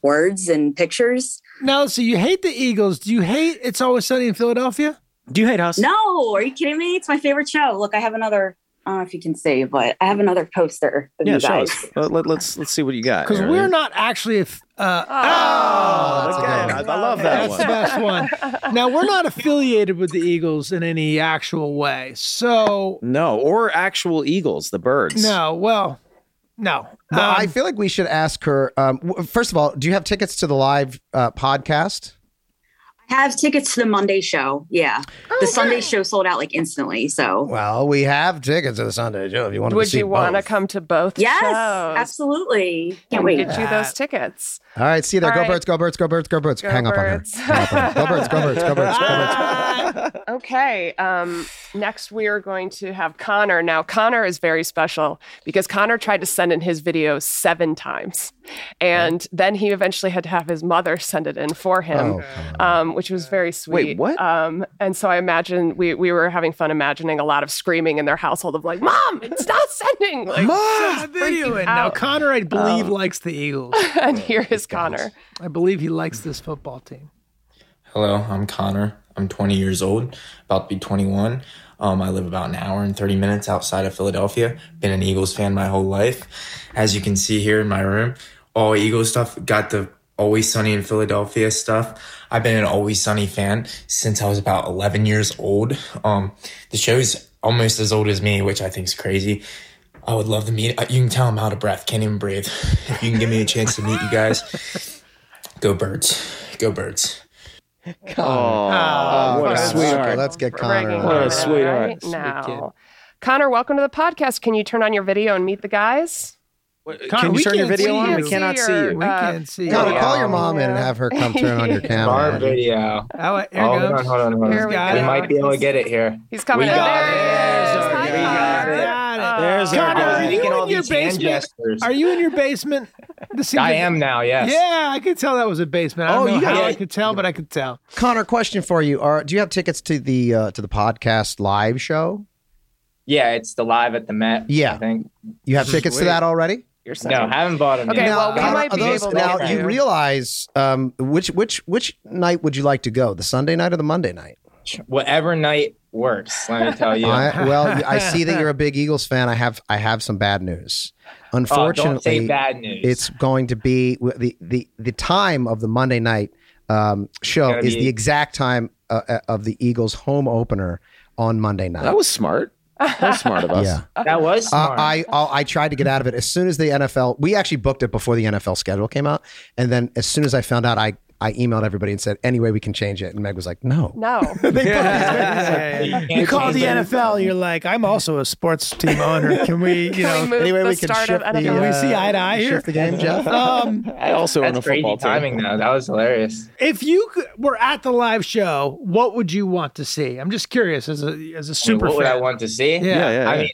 S14: words and pictures.
S3: Now, so you hate the Eagles. Do you hate It's Always Sunny in Philadelphia?
S1: Do you hate us?
S14: No, are you kidding me? It's my favorite show. Look, I have another. I don't know if you can see, but I have another poster of
S1: Yeah,
S14: you
S1: show
S14: guys.
S1: us. Let, let, let's let's see what you got.
S3: Because
S1: Aaron.
S3: we're not actually. a f- uh,
S1: that's a
S3: oh,
S1: good one. I- I love that
S3: That's the
S15: *laughs*
S3: best one. Now we're not affiliated with the Eagles in any actual way. So
S1: No, or actual eagles, the birds.
S3: no, well, no.
S6: But I feel like we should ask her. Um, w- first of all, do you have tickets to the live uh, podcast?
S14: I have tickets to the Monday show. Yeah. the Sunday show sold out like instantly. So
S6: Well, we have tickets to the Sunday show. If you want to
S2: Would
S6: see
S2: you want to
S6: both.
S2: come to both?
S14: Yes,
S2: shows?
S14: absolutely.
S2: Can
S14: Can't
S2: we
S14: wait.
S2: get you those tickets?
S6: All right, see you there.
S2: All
S6: go
S2: right.
S6: birds, go birds, go birds, go birds.
S2: Go
S6: Hang
S2: birds.
S6: up on her. Hang up on her. Go birds, go
S2: *laughs*
S6: birds, go birds, go birds.
S2: Okay. Um, next, we are going to have Connor. Now, Connor is very special because Connor tried to send in his video seven times. And then he eventually had to have his mother send it in for him, um, which was very sweet.
S1: what?
S2: Um, and so I imagine we, we were having fun imagining a lot of screaming in their household of like, Mom, it's not sending. Like,
S3: Ma,
S2: just
S3: video
S2: freaking
S3: in. Now,
S2: out.
S3: Connor, I believe,
S1: Oh.
S2: Um,
S3: likes the Eagles.
S2: *laughs* and here is Connor.
S3: I believe he likes this football team.
S16: Hello, I'm Connor. I'm 20 years old, about to be 21. Um, I live about an hour and 30 minutes outside of Philadelphia. Been an Eagles fan my whole life. As you can see here in my room, all Eagles stuff. Got the Always Sunny in Philadelphia stuff. I've been an Always Sunny fan since I was about 11 years old. Um, the show's almost as old as me, which I think is crazy. I would love to meet. uh, You can tell I'm out of breath. Can't even breathe. If you can give me a chance to meet you guys, go birds. Go birds.
S1: Oh, what a
S2: Connor.
S1: sweetheart.
S6: Let's get
S2: Ragging
S1: Connor.
S2: on
S1: What
S2: him
S1: a sweetheart.
S2: Right now. Connor, welcome to the podcast. Can you turn on your video and meet the guys? Uh,
S1: Connor, Can you we turn your can't video see on? We you. cannot see you.
S2: We
S3: can't see you.
S6: Connor, call your mom in and have her come turn on your camera.
S15: Uh, *laughs* Our video.
S3: Oh, here
S15: hold
S3: goes.
S15: on, hold on, hold on.
S2: Here
S15: we
S2: we go.
S15: might be able to get it here.
S2: He's coming
S15: we
S2: in.
S15: got it.
S2: There he is. Hi, Connor.
S15: There's our
S3: Connor,
S15: guy.
S3: are you
S15: Making all
S3: in your
S15: these hand
S3: basement?
S15: gestures.
S3: Are you in
S15: *laughs*
S3: your basement? This seems
S15: I
S3: like-
S15: am now, yes.
S3: Yeah, I could tell that was a basement. I don't
S6: Oh,
S3: know
S6: you got-
S3: how I
S6: yeah.
S3: could tell, but I could tell.
S6: Connor, question for you: Are do you have tickets to the uh, to the podcast live show?
S15: Yeah, it's the live at the Met.
S6: Yeah.
S15: I think.
S6: You have tickets to that already?
S15: No, haven't bought them.
S2: Okay,
S15: yet.
S2: well, we
S6: Connor,
S2: might
S6: are
S2: be
S6: those-
S2: able to.
S6: now
S2: get
S6: you realize um, which which which night would you like to go? The Sunday night or the Monday night?
S15: whatever night works. Let me tell you.
S6: *laughs* I, well, I see that you're
S2: *laughs*
S6: a big Eagles fan. I have I have some bad news. Unfortunately,
S15: Oh, bad news.
S6: It's going to be the the the time of the Monday night um, show
S15: Gotta
S6: is
S15: be-
S6: the exact time uh, uh, of the Eagles' home opener on Monday night.
S1: That was smart. That was smart of us.
S6: Yeah.
S15: that was
S6: Uh,
S15: smart.
S6: I I'll, I tried to get out of it as soon as the NFL. We actually booked it before the NFL schedule came out, and then as soon as I found out, I I emailed everybody and said, "Anyway, we can change it." And Meg was like, "No."
S1: *laughs*
S2: No.
S3: You call the NFL, you're like, I'm also a sports team owner. Can we, you know,
S2: we move Anyway, the we can start of shift the, NFL?
S3: Can we see eye to eye here?
S6: uh, shift the game,
S2: *laughs*
S6: Jeff?
S3: Um,
S1: I also
S15: That's
S1: own a
S15: crazy
S1: football team.
S15: timing though. That was hilarious.
S3: if you could, were at the live show, what would you want to see? I'm just curious as a as
S15: I
S3: a
S15: mean,
S3: super
S15: what would I
S3: fan.
S15: want to see?
S3: Yeah. Yeah, yeah,
S15: I
S3: yeah.
S15: mean,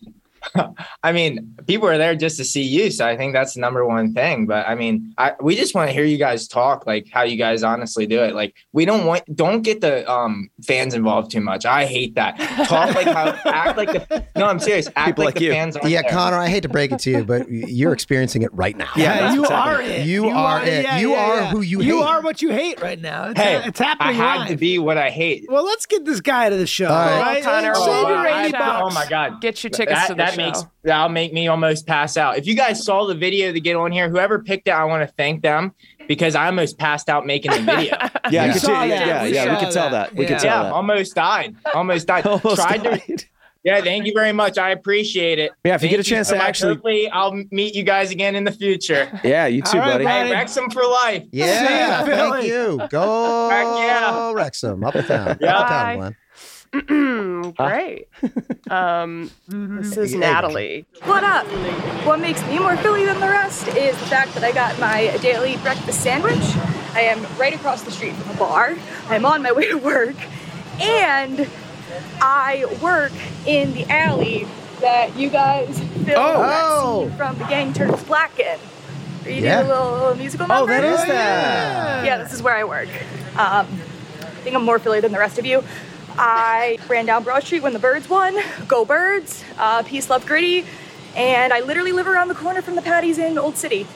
S15: *laughs* I mean, people are there just to see you, so I think that's the number one thing. But I mean, I we just want to hear you guys talk, like how you guys honestly do it. Like we don't want, don't get the um fans involved too much. I hate that. Talk like how, act like the. No, I'm serious. Act
S6: People
S15: like,
S6: like
S15: the
S6: you.
S15: fans. Aren't
S6: Yeah,
S15: there.
S6: Connor, I hate to break it to you, but you're experiencing it right now.
S1: *laughs*
S3: Yeah, you are it.
S6: You, are, it.
S3: yeah,
S6: you
S3: yeah,
S6: are
S3: yeah.
S6: who you,
S3: You
S6: hate.
S3: are what you hate right now. It's, uh,
S15: Hey,
S3: it's happening
S15: I had
S3: live.
S15: to be what I hate.
S3: Well, let's get this guy to the show.
S15: All
S3: right.
S15: right.
S2: Connor,
S3: Save
S2: we'll
S3: your
S2: watch
S3: 80
S2: out.
S3: bucks.
S15: Oh my god!
S2: Get your tickets
S15: that,
S2: to the
S15: that
S2: show.
S15: Makes, that'll make me almost pass out. If you guys saw the video to get on here, whoever picked it, I want to thank them because I almost passed out making the
S2: *laughs*
S15: video.
S1: Yeah, I
S6: You
S1: could
S6: saw
S1: see-
S6: that.
S1: yeah,
S6: We
S1: yeah, we
S6: saw
S1: could tell
S6: that.
S1: that. We could tell that.
S15: almost died. Almost
S1: *laughs*
S15: died. Tried to. Yeah, thank you very much. I appreciate it.
S1: Yeah, if you
S15: Thank
S1: get a chance
S15: so
S1: to
S15: much.
S1: actually-
S15: hopefully I'll meet you guys again in the future.
S1: Yeah, you too, buddy.
S15: Hey, Wrexham for life.
S6: Yeah,
S15: See ya,
S6: thank
S15: Philly.
S6: you. Go
S15: Heck yeah.
S6: Wrexham, up and down,
S15: Yeah.
S6: up and
S15: Bye.
S2: *clears throat*
S6: down, Glenn.
S1: *laughs*
S2: Great. Um, this is
S17: Hey, hey.
S2: Natalie.
S17: What up? What makes me more Philly than the rest is the fact that I got my daily breakfast sandwich. I am right across the street from a bar. I'm on my *laughs* way to work. And I work in the alley that you guys filmed
S4: Oh.
S17: that scene from The Gang Turns Black in. Where you
S4: Yeah.
S17: did a little, little musical
S4: Oh,
S17: number.
S4: that is Oh,
S17: Yeah. yeah, this is where I work. Um, I think I'm more Philly than the rest of you. I ran down Broad Street when the Birds won. Go Birds! Uh, peace, love, gritty. And I literally live around the corner from the Patties in Old City.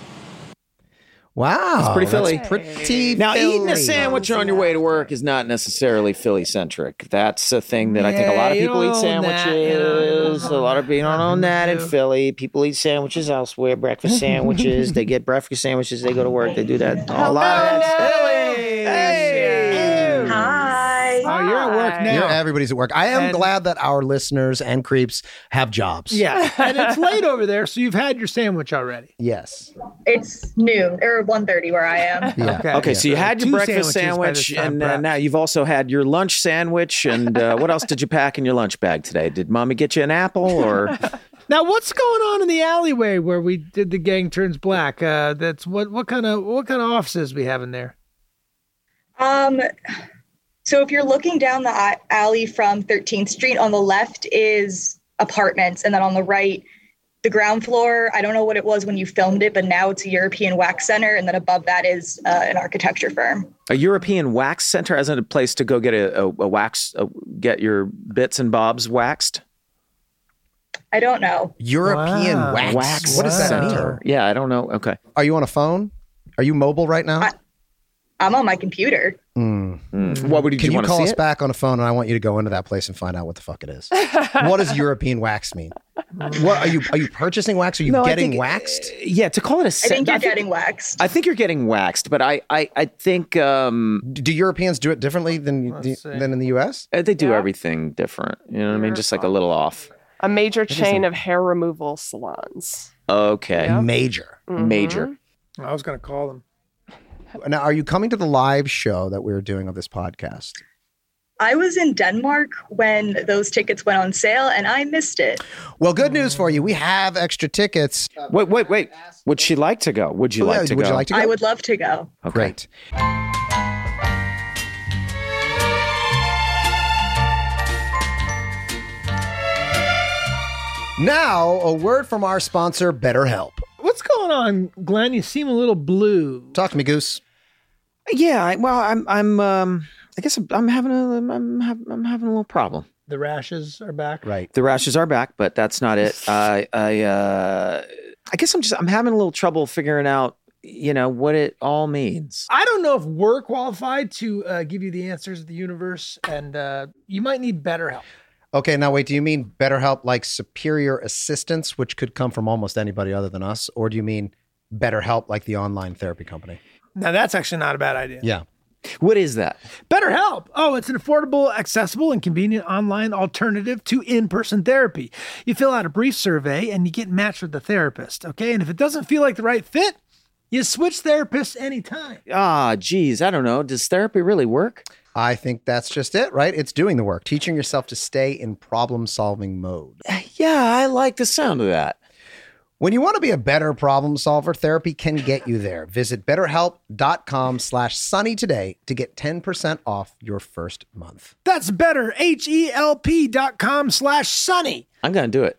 S6: Wow.
S1: It's pretty
S6: Oh, that's
S1: Philly.
S6: pretty
S1: now, eating a
S6: Philly.
S1: sandwich on your way to work is not necessarily Philly centric. That's a thing that I think a lot of
S6: Yeah, you
S1: people eat
S6: don't own that, you
S1: sandwiches. A lot of people don't own that in Philly. People eat sandwiches elsewhere, breakfast sandwiches. they get breakfast sandwiches. They go to work. They do that. A lot of that stuff.
S14: Hi.
S3: Oh, you're at work now.
S6: You're- everybody's at work. I am
S3: And-
S6: glad that our listeners and creeps have jobs.
S3: Yeah, and it's late over there, so you've had your sandwich already.
S6: Yes.
S18: It's noon or 1.30 where I
S3: *laughs*
S18: am.
S1: Okay, so you had your
S3: two
S1: breakfast
S3: sandwiches by this
S1: sandwich,
S3: time,
S1: and uh,
S3: perhaps.
S1: now you've also had your lunch sandwich. And uh, what else did you pack in your lunch bag today? Did mommy get you an apple or?
S3: Now, what's going on in the alleyway where we did the gang turns black? Uh, that's what what kind of what kind of offices we have in there?
S18: Um, so if you're looking down the a- alley from 13th Street, on the left is apartments, and then on the right, the ground floor. I don't know what it was when you filmed it, but now it's a European wax center, and then above that is uh, an architecture firm.
S1: A European wax center as in a place to go get a, a, a wax, a, get your bits and bobs waxed.
S18: I don't know.
S6: European wax. What does that mean?
S1: Ah, Yeah, I don't know. Okay.
S6: Are you on a phone? Are you mobile right now?
S18: I'm on my computer.
S1: Hmm.
S6: Mm.
S1: What would you,
S6: Can you
S1: want to
S6: call
S1: see
S6: us
S1: it?
S6: back on the phone and I want you to go into that place and find out what the fuck
S3: *laughs*
S6: it is. what does European wax mean? What are you are you purchasing wax? Are you
S1: No, I
S6: getting
S1: think-
S6: waxed?
S3: uh,
S1: Yeah, to call it a
S18: I
S1: center.
S18: think you're getting waxed.
S1: I think you're getting waxed, but I, I, I think. Um, Uh,
S6: do Europeans do it differently than than in the U.S.?
S1: They do everything different. You know what I mean? Just like a little off.
S2: A major
S1: That
S2: chain
S1: isn't-
S2: of hair removal salons.
S1: Okay.
S2: Yep.
S6: Major.
S2: Mm.
S1: Major.
S3: I was going to call them.
S6: Now, are you coming to the live show that we're doing of this podcast?
S18: I was in Denmark when those tickets went on sale, and I missed it.
S6: Well, good news for you. We have extra tickets. Oh,
S1: Wait, wait, wait. Would she like to go? Would you like to
S6: Would
S1: go?
S6: you like to go?
S18: I would love to go.
S1: Great.
S6: Now, a word from our sponsor, BetterHelp.
S3: What's going on, Glenn? You seem a little blue.
S6: Talk to me, Goose.
S1: Yeah. I- Well, I'm. I'm. Um, I guess I'm, I'm having a. I'm, hav- I'm having a little problem.
S3: The rashes are back.
S6: Right.
S1: The rashes are back, but that's not it. I. I. Uh, I guess I'm just. I'm having a little trouble figuring out. You know what it all means.
S3: I don't know if we're qualified to uh, give you the answers of the universe, and uh, you might need better help.
S6: Okay, now wait, do you mean BetterHelp like superior assistance, which could come from almost anybody other than us? Or do you mean BetterHelp like the online therapy company?
S3: Now, that's actually not a bad idea.
S6: Yeah.
S1: What is that?
S3: BetterHelp. Oh, it's an affordable, accessible, and convenient online alternative to in person therapy. You fill out a brief survey and you get matched with the therapist. Okay. And if it doesn't feel like the right fit, you switch therapists anytime.
S1: Ah, geez, I don't know. Does therapy really work?
S6: I think that's just it, right? It's doing the work, teaching yourself to stay in problem solving mode.
S1: Eh, Yeah, I like the sound of that.
S6: When you want to be a better problem solver, therapy can get you there. Visit betterhelp.com slash sunny today to get 10% off your first month.
S3: That's better. H E L P dot com slash sunny.
S1: I'm gonna do it.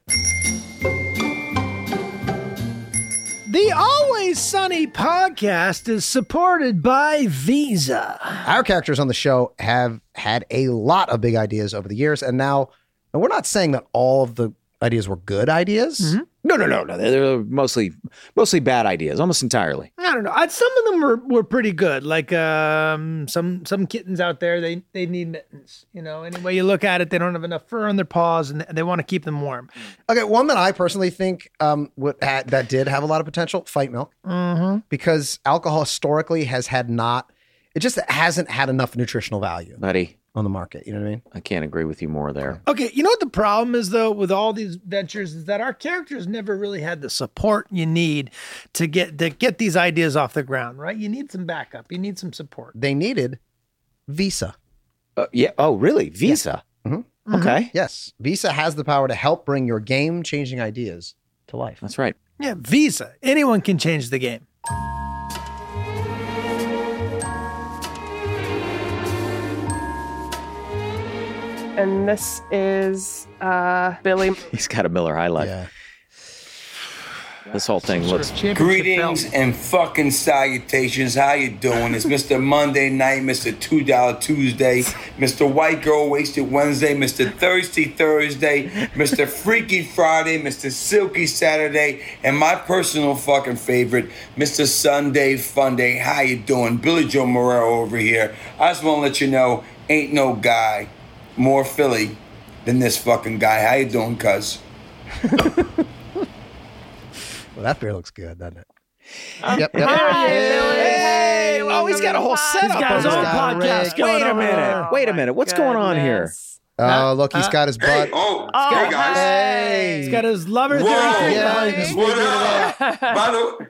S3: The Always Sunny podcast is supported by Visa.
S6: Our characters on the show have had a lot of big ideas over the years, and now, and we're not saying that all of the ideas were good ideas.
S3: Mm-hmm.
S1: No, no, no, no. They're they're mostly mostly bad ideas, almost entirely. *laughs*
S3: I don't know. I, some of them were, were pretty good. Like um, some some kittens out there, they they need mittens. You know, any way you look at it, they don't have enough fur on their paws, and they want to keep them warm.
S6: Okay, one that I personally think um, would had, that did have a lot of potential, Fight Milk,
S3: Mm-hmm.
S6: because alcohol historically has had not, it just hasn't had enough nutritional value.
S1: Buddy.
S6: On the market. You know what I mean?
S1: I can't agree with you more there.
S3: Okay, you know what the problem is though with all these ventures is that our characters never really had the support you need to get to get these ideas off the ground, right? You need some backup. You need some support.
S6: They needed Visa. Mm-hmm.
S1: Uh, yeah. Oh, really? Visa. Okay.
S6: Yes. Visa has the power to help bring your game changing ideas to life.
S1: That's right.
S3: Yeah, Visa. Anyone can change the game.
S2: Mm-hmm. And this is uh, Billy.
S1: He's got a Miller High Life. This whole thing looks
S19: Greetings and fucking salutations. How you doing? It's Mr. Monday Night, Mr. Two Dollar Tuesday, Mr. White Girl Wasted Wednesday, Mr. Thirsty Thursday, Mr. Freaky Friday, Mr. Silky Saturday, and my personal fucking favorite, Mr. Sunday Funday. How you doing? Billy Joe Morero over here. I just want to let you know, ain't no guy more Philly than this fucking guy. How you doing, cuz?
S6: Well, that beer looks good, doesn't it?
S1: yep, yep. Hey, oh, he's got a whole setup.
S6: got
S1: on
S6: his
S1: this
S6: own
S1: guy.
S6: podcast
S1: Rick.
S6: going
S1: Wait a
S6: on.
S1: minute.
S6: Oh,
S1: Wait a minute. What's going on here?
S6: Oh, look,
S3: Uh,
S6: he's got his butt.
S19: oh,
S3: hey,
S19: guys.
S3: He's got his lover.
S19: Whoa,
S3: there.
S19: what up? By
S3: *laughs*
S19: the way,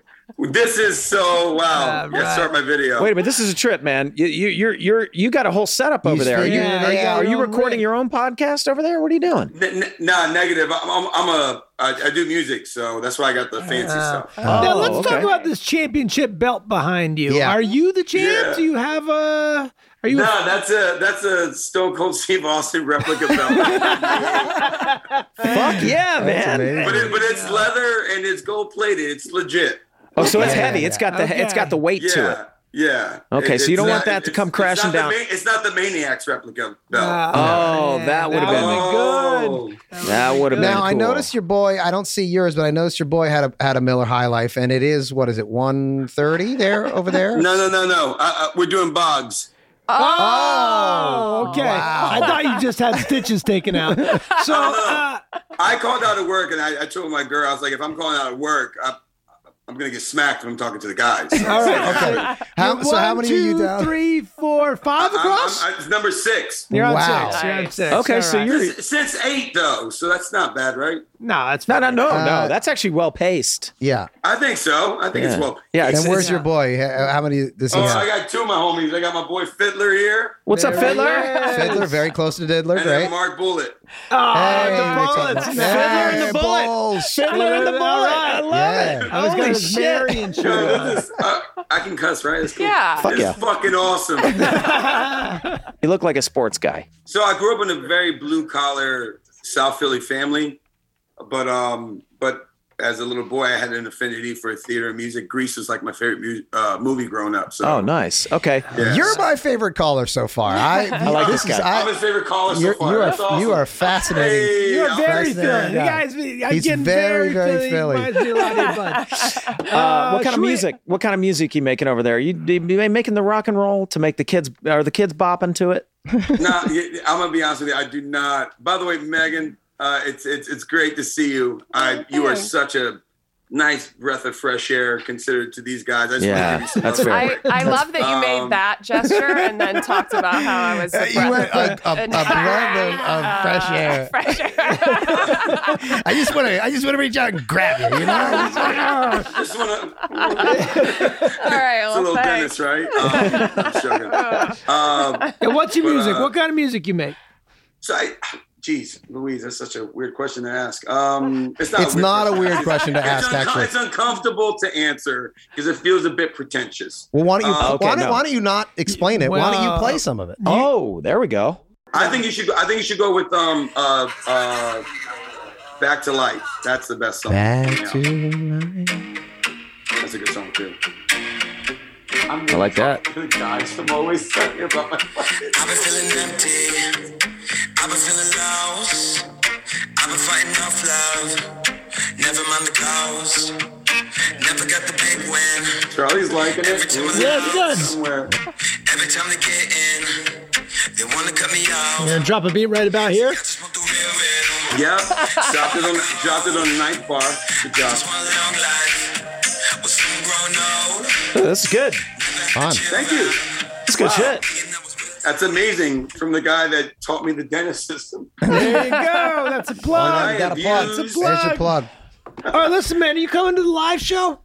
S19: this is so wow. Let's start my video.
S1: Wait a minute. This is a trip, man. You you you're, you're you got a whole setup over there. Are you,
S19: figuring it
S1: are you- are
S19: out.
S1: you recording your own podcast over there? What are you doing?
S19: N- n- nah, negative. I'm, I'm, I'm a. I, I do music, so that's why I got the fancy stuff.
S3: Oh,
S6: Oh,
S1: Oh,
S3: now let's talk
S19: okay.
S3: about this championship belt behind you. Are you the champ?
S19: Yeah.
S3: Do you have a? Are you?
S19: Nah, that's a that's a Stone Cold Steve Austin
S3: *laughs*
S19: replica belt.
S1: Fuck yeah, man.
S19: but it, but it's leather and it's gold plated. It's legit.
S1: Oh, so it's heavy. It's got the it's got the weight to
S19: Yeah,
S1: it.
S19: Yeah.
S1: Okay, so you
S19: it's
S1: don't want
S19: not-
S1: that to come
S19: it's
S1: crashing
S19: not the
S1: down.
S19: ma- it's not the Maniacs replica Oh. belt.
S1: Oh, that would have been good. That would have been.
S6: Now I
S1: cool.
S6: noticed your boy. I don't see yours, but I noticed your boy had a had a Miller High Life, and it is what is it one thirty there over there?
S19: No, no, no, no. Uh, uh, we're doing Boggs.
S3: Oh, okay. I thought you just had stitches taken out.
S19: *laughs*
S3: So uh,
S19: I called out of work and I, I told my girl, I was like, if I'm calling out of work, I, I'm going to get smacked when I'm talking to the guys.
S3: *laughs* All right, okay.
S6: *laughs* How- so how many are you down?
S3: Three, four, five across.
S19: I'm, it's number six.
S3: You're on Wow. six, you're on six, Okay, all so right. you're-
S19: Since, since eight, though, so that's not bad, right?
S3: No, that's
S1: no, no, no,
S6: Uh,
S1: no. That's actually well paced.
S6: Yeah.
S19: I think so. I think
S1: Yeah.
S19: it's well.
S1: Yeah,
S6: And
S1: it's-
S6: where's
S1: it's-
S6: your boy? How how many does he
S19: Oh, I
S6: have?
S19: got two of my homies. I got my boy Fiddler here.
S1: What's up, Fiddler? *laughs*
S6: Fiddler, very close to Diddler,
S19: And then
S6: great.
S19: Mark Bullet.
S3: Oh,
S6: the bullets.
S1: Fiddler and the bullet. Fiddler and the bullet. I love it.
S3: I was
S1: Holy
S3: going to
S1: shit.
S3: Marion
S19: Yo, this is, uh, I can cuss, right? It's cool.
S1: Yeah. Fuck
S19: This
S1: yeah.
S19: is fucking awesome.
S1: You look like a sports guy.
S19: So I grew up in a very blue collar South Philly family, but um, but as a little boy, I had an affinity for theater and music. Grease was like my favorite mu- uh, movie growing up. So
S1: Oh, nice. Okay.
S6: You're my favorite caller so far. I,
S1: *laughs* I like this
S6: is-
S1: guy.
S19: I'm his favorite caller so
S6: You're,
S19: far.
S6: you are
S19: That's awesome.
S6: you are fascinating.
S19: Hey, You're
S3: very
S6: fascinating
S3: Philly.
S6: guy.
S3: You guys, I'm
S6: He's
S3: getting
S6: very,
S3: very,
S6: very Philly.
S3: Reminds me a lot of Bud.
S2: *laughs*
S1: Uh, what kind of music? What kind of music you making over there? You, you you making the rock and roll to make the kids? Are the kids bopping to it?
S19: *laughs* nah, y- I'm gonna be honest with you. I do not. By the way, Megan, uh, it's it's it's great to see you. I you are such a nice breath of fresh air considered to these guys. I just wanna
S1: Yeah,
S19: give you some
S1: that's
S19: love.
S1: fair.
S2: I, I love that you
S19: Um,
S2: made that gesture and then talked about how I was.
S6: *laughs* Uh,
S2: Uh,
S6: You went a, a,
S2: *laughs*
S6: a breath of, of fresh air. *laughs* I just want to. I just want to reach out and grab you. You know.
S19: *laughs* just wanna.
S2: All right,
S19: uh, It's a little
S2: well, thanks.
S19: Dennis, right? Um,
S2: *laughs*
S19: I'm joking. Um,
S3: And what's your
S19: but,
S3: music?
S19: uh,
S3: what kind of music you make?
S19: So I, geez, Louise, that's such a weird question to ask. Um, it's not.
S6: It's not a weird question to
S19: It's
S6: ask,
S19: uncom-
S6: actually.
S19: it's uncomfortable to answer because it feels a bit pretentious.
S6: Well, why don't you?
S19: Uh,
S6: why, don't, why don't you not explain it? why don't you play some of it?
S1: Oh, there we go.
S19: I think you should. go- I think you should go with um uh uh, back to life. That's the best song.
S6: Back
S19: Yeah,
S6: to life.
S19: that's a good song too. I'm
S1: I like that.
S19: really guys, I'm always talking about my. I've been feeling empty.
S20: I've been feeling lost. I've been fighting off love. Never mind the cost. Never got the big win.
S19: Charlie's liking it. Somewhere.
S20: Every time they get in, they wanna cut me off.
S3: You're gonna drop a beat right about here.
S19: Yep. dropped it on. Dropped it on the ninth bar. Good job.
S1: Ooh, this is good.
S19: Thank you.
S1: That's good shit.
S19: That's amazing from the guy that taught me the dentist system.
S3: There you go. That's a plug.
S19: you got a plug.
S3: That's a plug.
S19: There's your
S6: plug.
S3: All right, listen, man. Are you coming to the live show?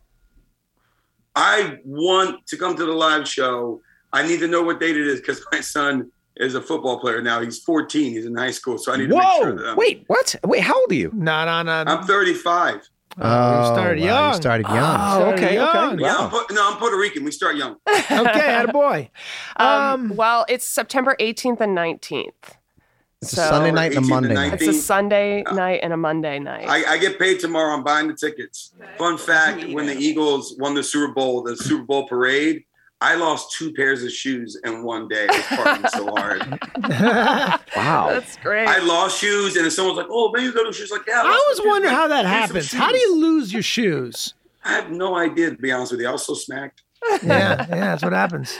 S19: I want to come to the live show. I need to know what date it is because my son is a football player now. He's 14. He's in high school. So I need to
S1: Whoa!
S19: make sure. That I'm-
S1: Wait, what? Wait, how old are you?
S3: Not on a.
S19: I'm 35.
S6: Oh, started
S19: young.
S6: You started young.
S1: Oh, okay, okay.
S19: Yeah, I'm
S1: Wow.
S19: Pu- no, I'm Puerto Rican. We start young.
S3: *laughs* okay, a boy.
S2: Um, well, it's September 18th and 19th.
S6: It's a Sunday night and a
S19: 18th
S6: Monday
S19: and Uh,
S6: night.
S2: It's a Sunday night and a Monday night.
S19: I, I get paid tomorrow. I'm buying the tickets. Fun fact: when the Eagles won the Super Bowl, the Super Bowl parade, I lost two pairs of shoes in one day. I was partying so
S3: *laughs*
S19: hard.
S1: Wow,
S2: that's great.
S19: I lost shoes, and then someone's like, "Oh, man, you got new shoes." Like, yeah.
S3: I always wonder how that happens. How do you lose your shoes?
S19: I have no idea, to be honest with you. I was so smacked.
S3: *laughs* yeah, yeah, that's what happens.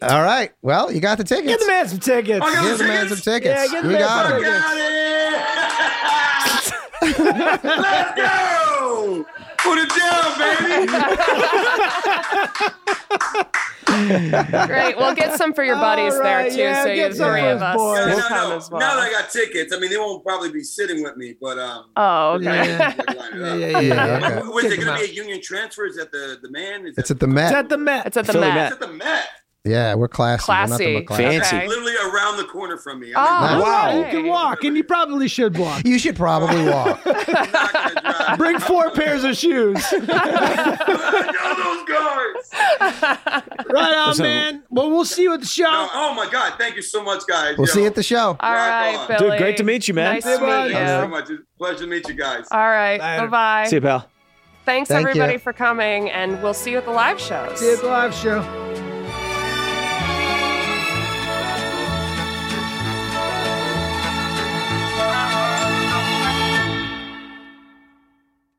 S6: All right. Well, you got the tickets. Get the
S3: man some tickets.
S19: I got
S6: Give
S19: the
S6: the man some
S19: tickets?
S6: tickets.
S19: Yeah, get the
S6: you
S19: man
S6: got
S19: some
S6: it.
S19: Let's go! Put it down, baby.
S2: Great. Well, get some for your buddies there
S19: right,
S2: too.
S19: yeah,
S2: so you
S19: get
S2: have
S19: some
S2: three
S19: for
S2: of
S19: us
S2: us
S19: boys.
S2: will
S19: No, no,
S2: come
S19: no.
S2: as well.
S19: Now that I got tickets, I mean, they won't probably be sitting with me, but um.
S2: Oh, okay.
S19: Yeah,
S2: *laughs*
S3: yeah,
S6: yeah, yeah, yeah. Get
S19: Wait, is
S6: them
S19: it gonna be
S6: out.
S19: a union transfer? Is that the the man? Is
S6: It's at the Met.
S3: the Met.
S2: It's at the
S6: Philly
S2: Met.
S6: Met. Yeah, we're classy. We're nothing but classy.
S19: Literally around the corner from me.
S3: Oh,
S19: I'm
S3: wow.
S19: in-
S3: You can walk, and you probably should walk.
S6: You should probably walk.
S3: *laughs* Bring four pairs of
S19: *laughs*
S3: shoes. Right on,
S19: So-
S3: man. Well, we'll see you at the show.
S19: No, oh my God! Thank you so much, guys.
S6: We'll see you at the show.
S2: All right, Billy.
S1: Dude, great to meet you, man. Nice to meet
S19: Thank you so
S1: you.
S19: much. It's a pleasure to meet you guys.
S2: All right. Bye bye.
S1: See you, pal.
S2: Thanks
S1: Thank you.
S2: everybody for coming, and we'll see you at the live shows.
S3: See you at the live show.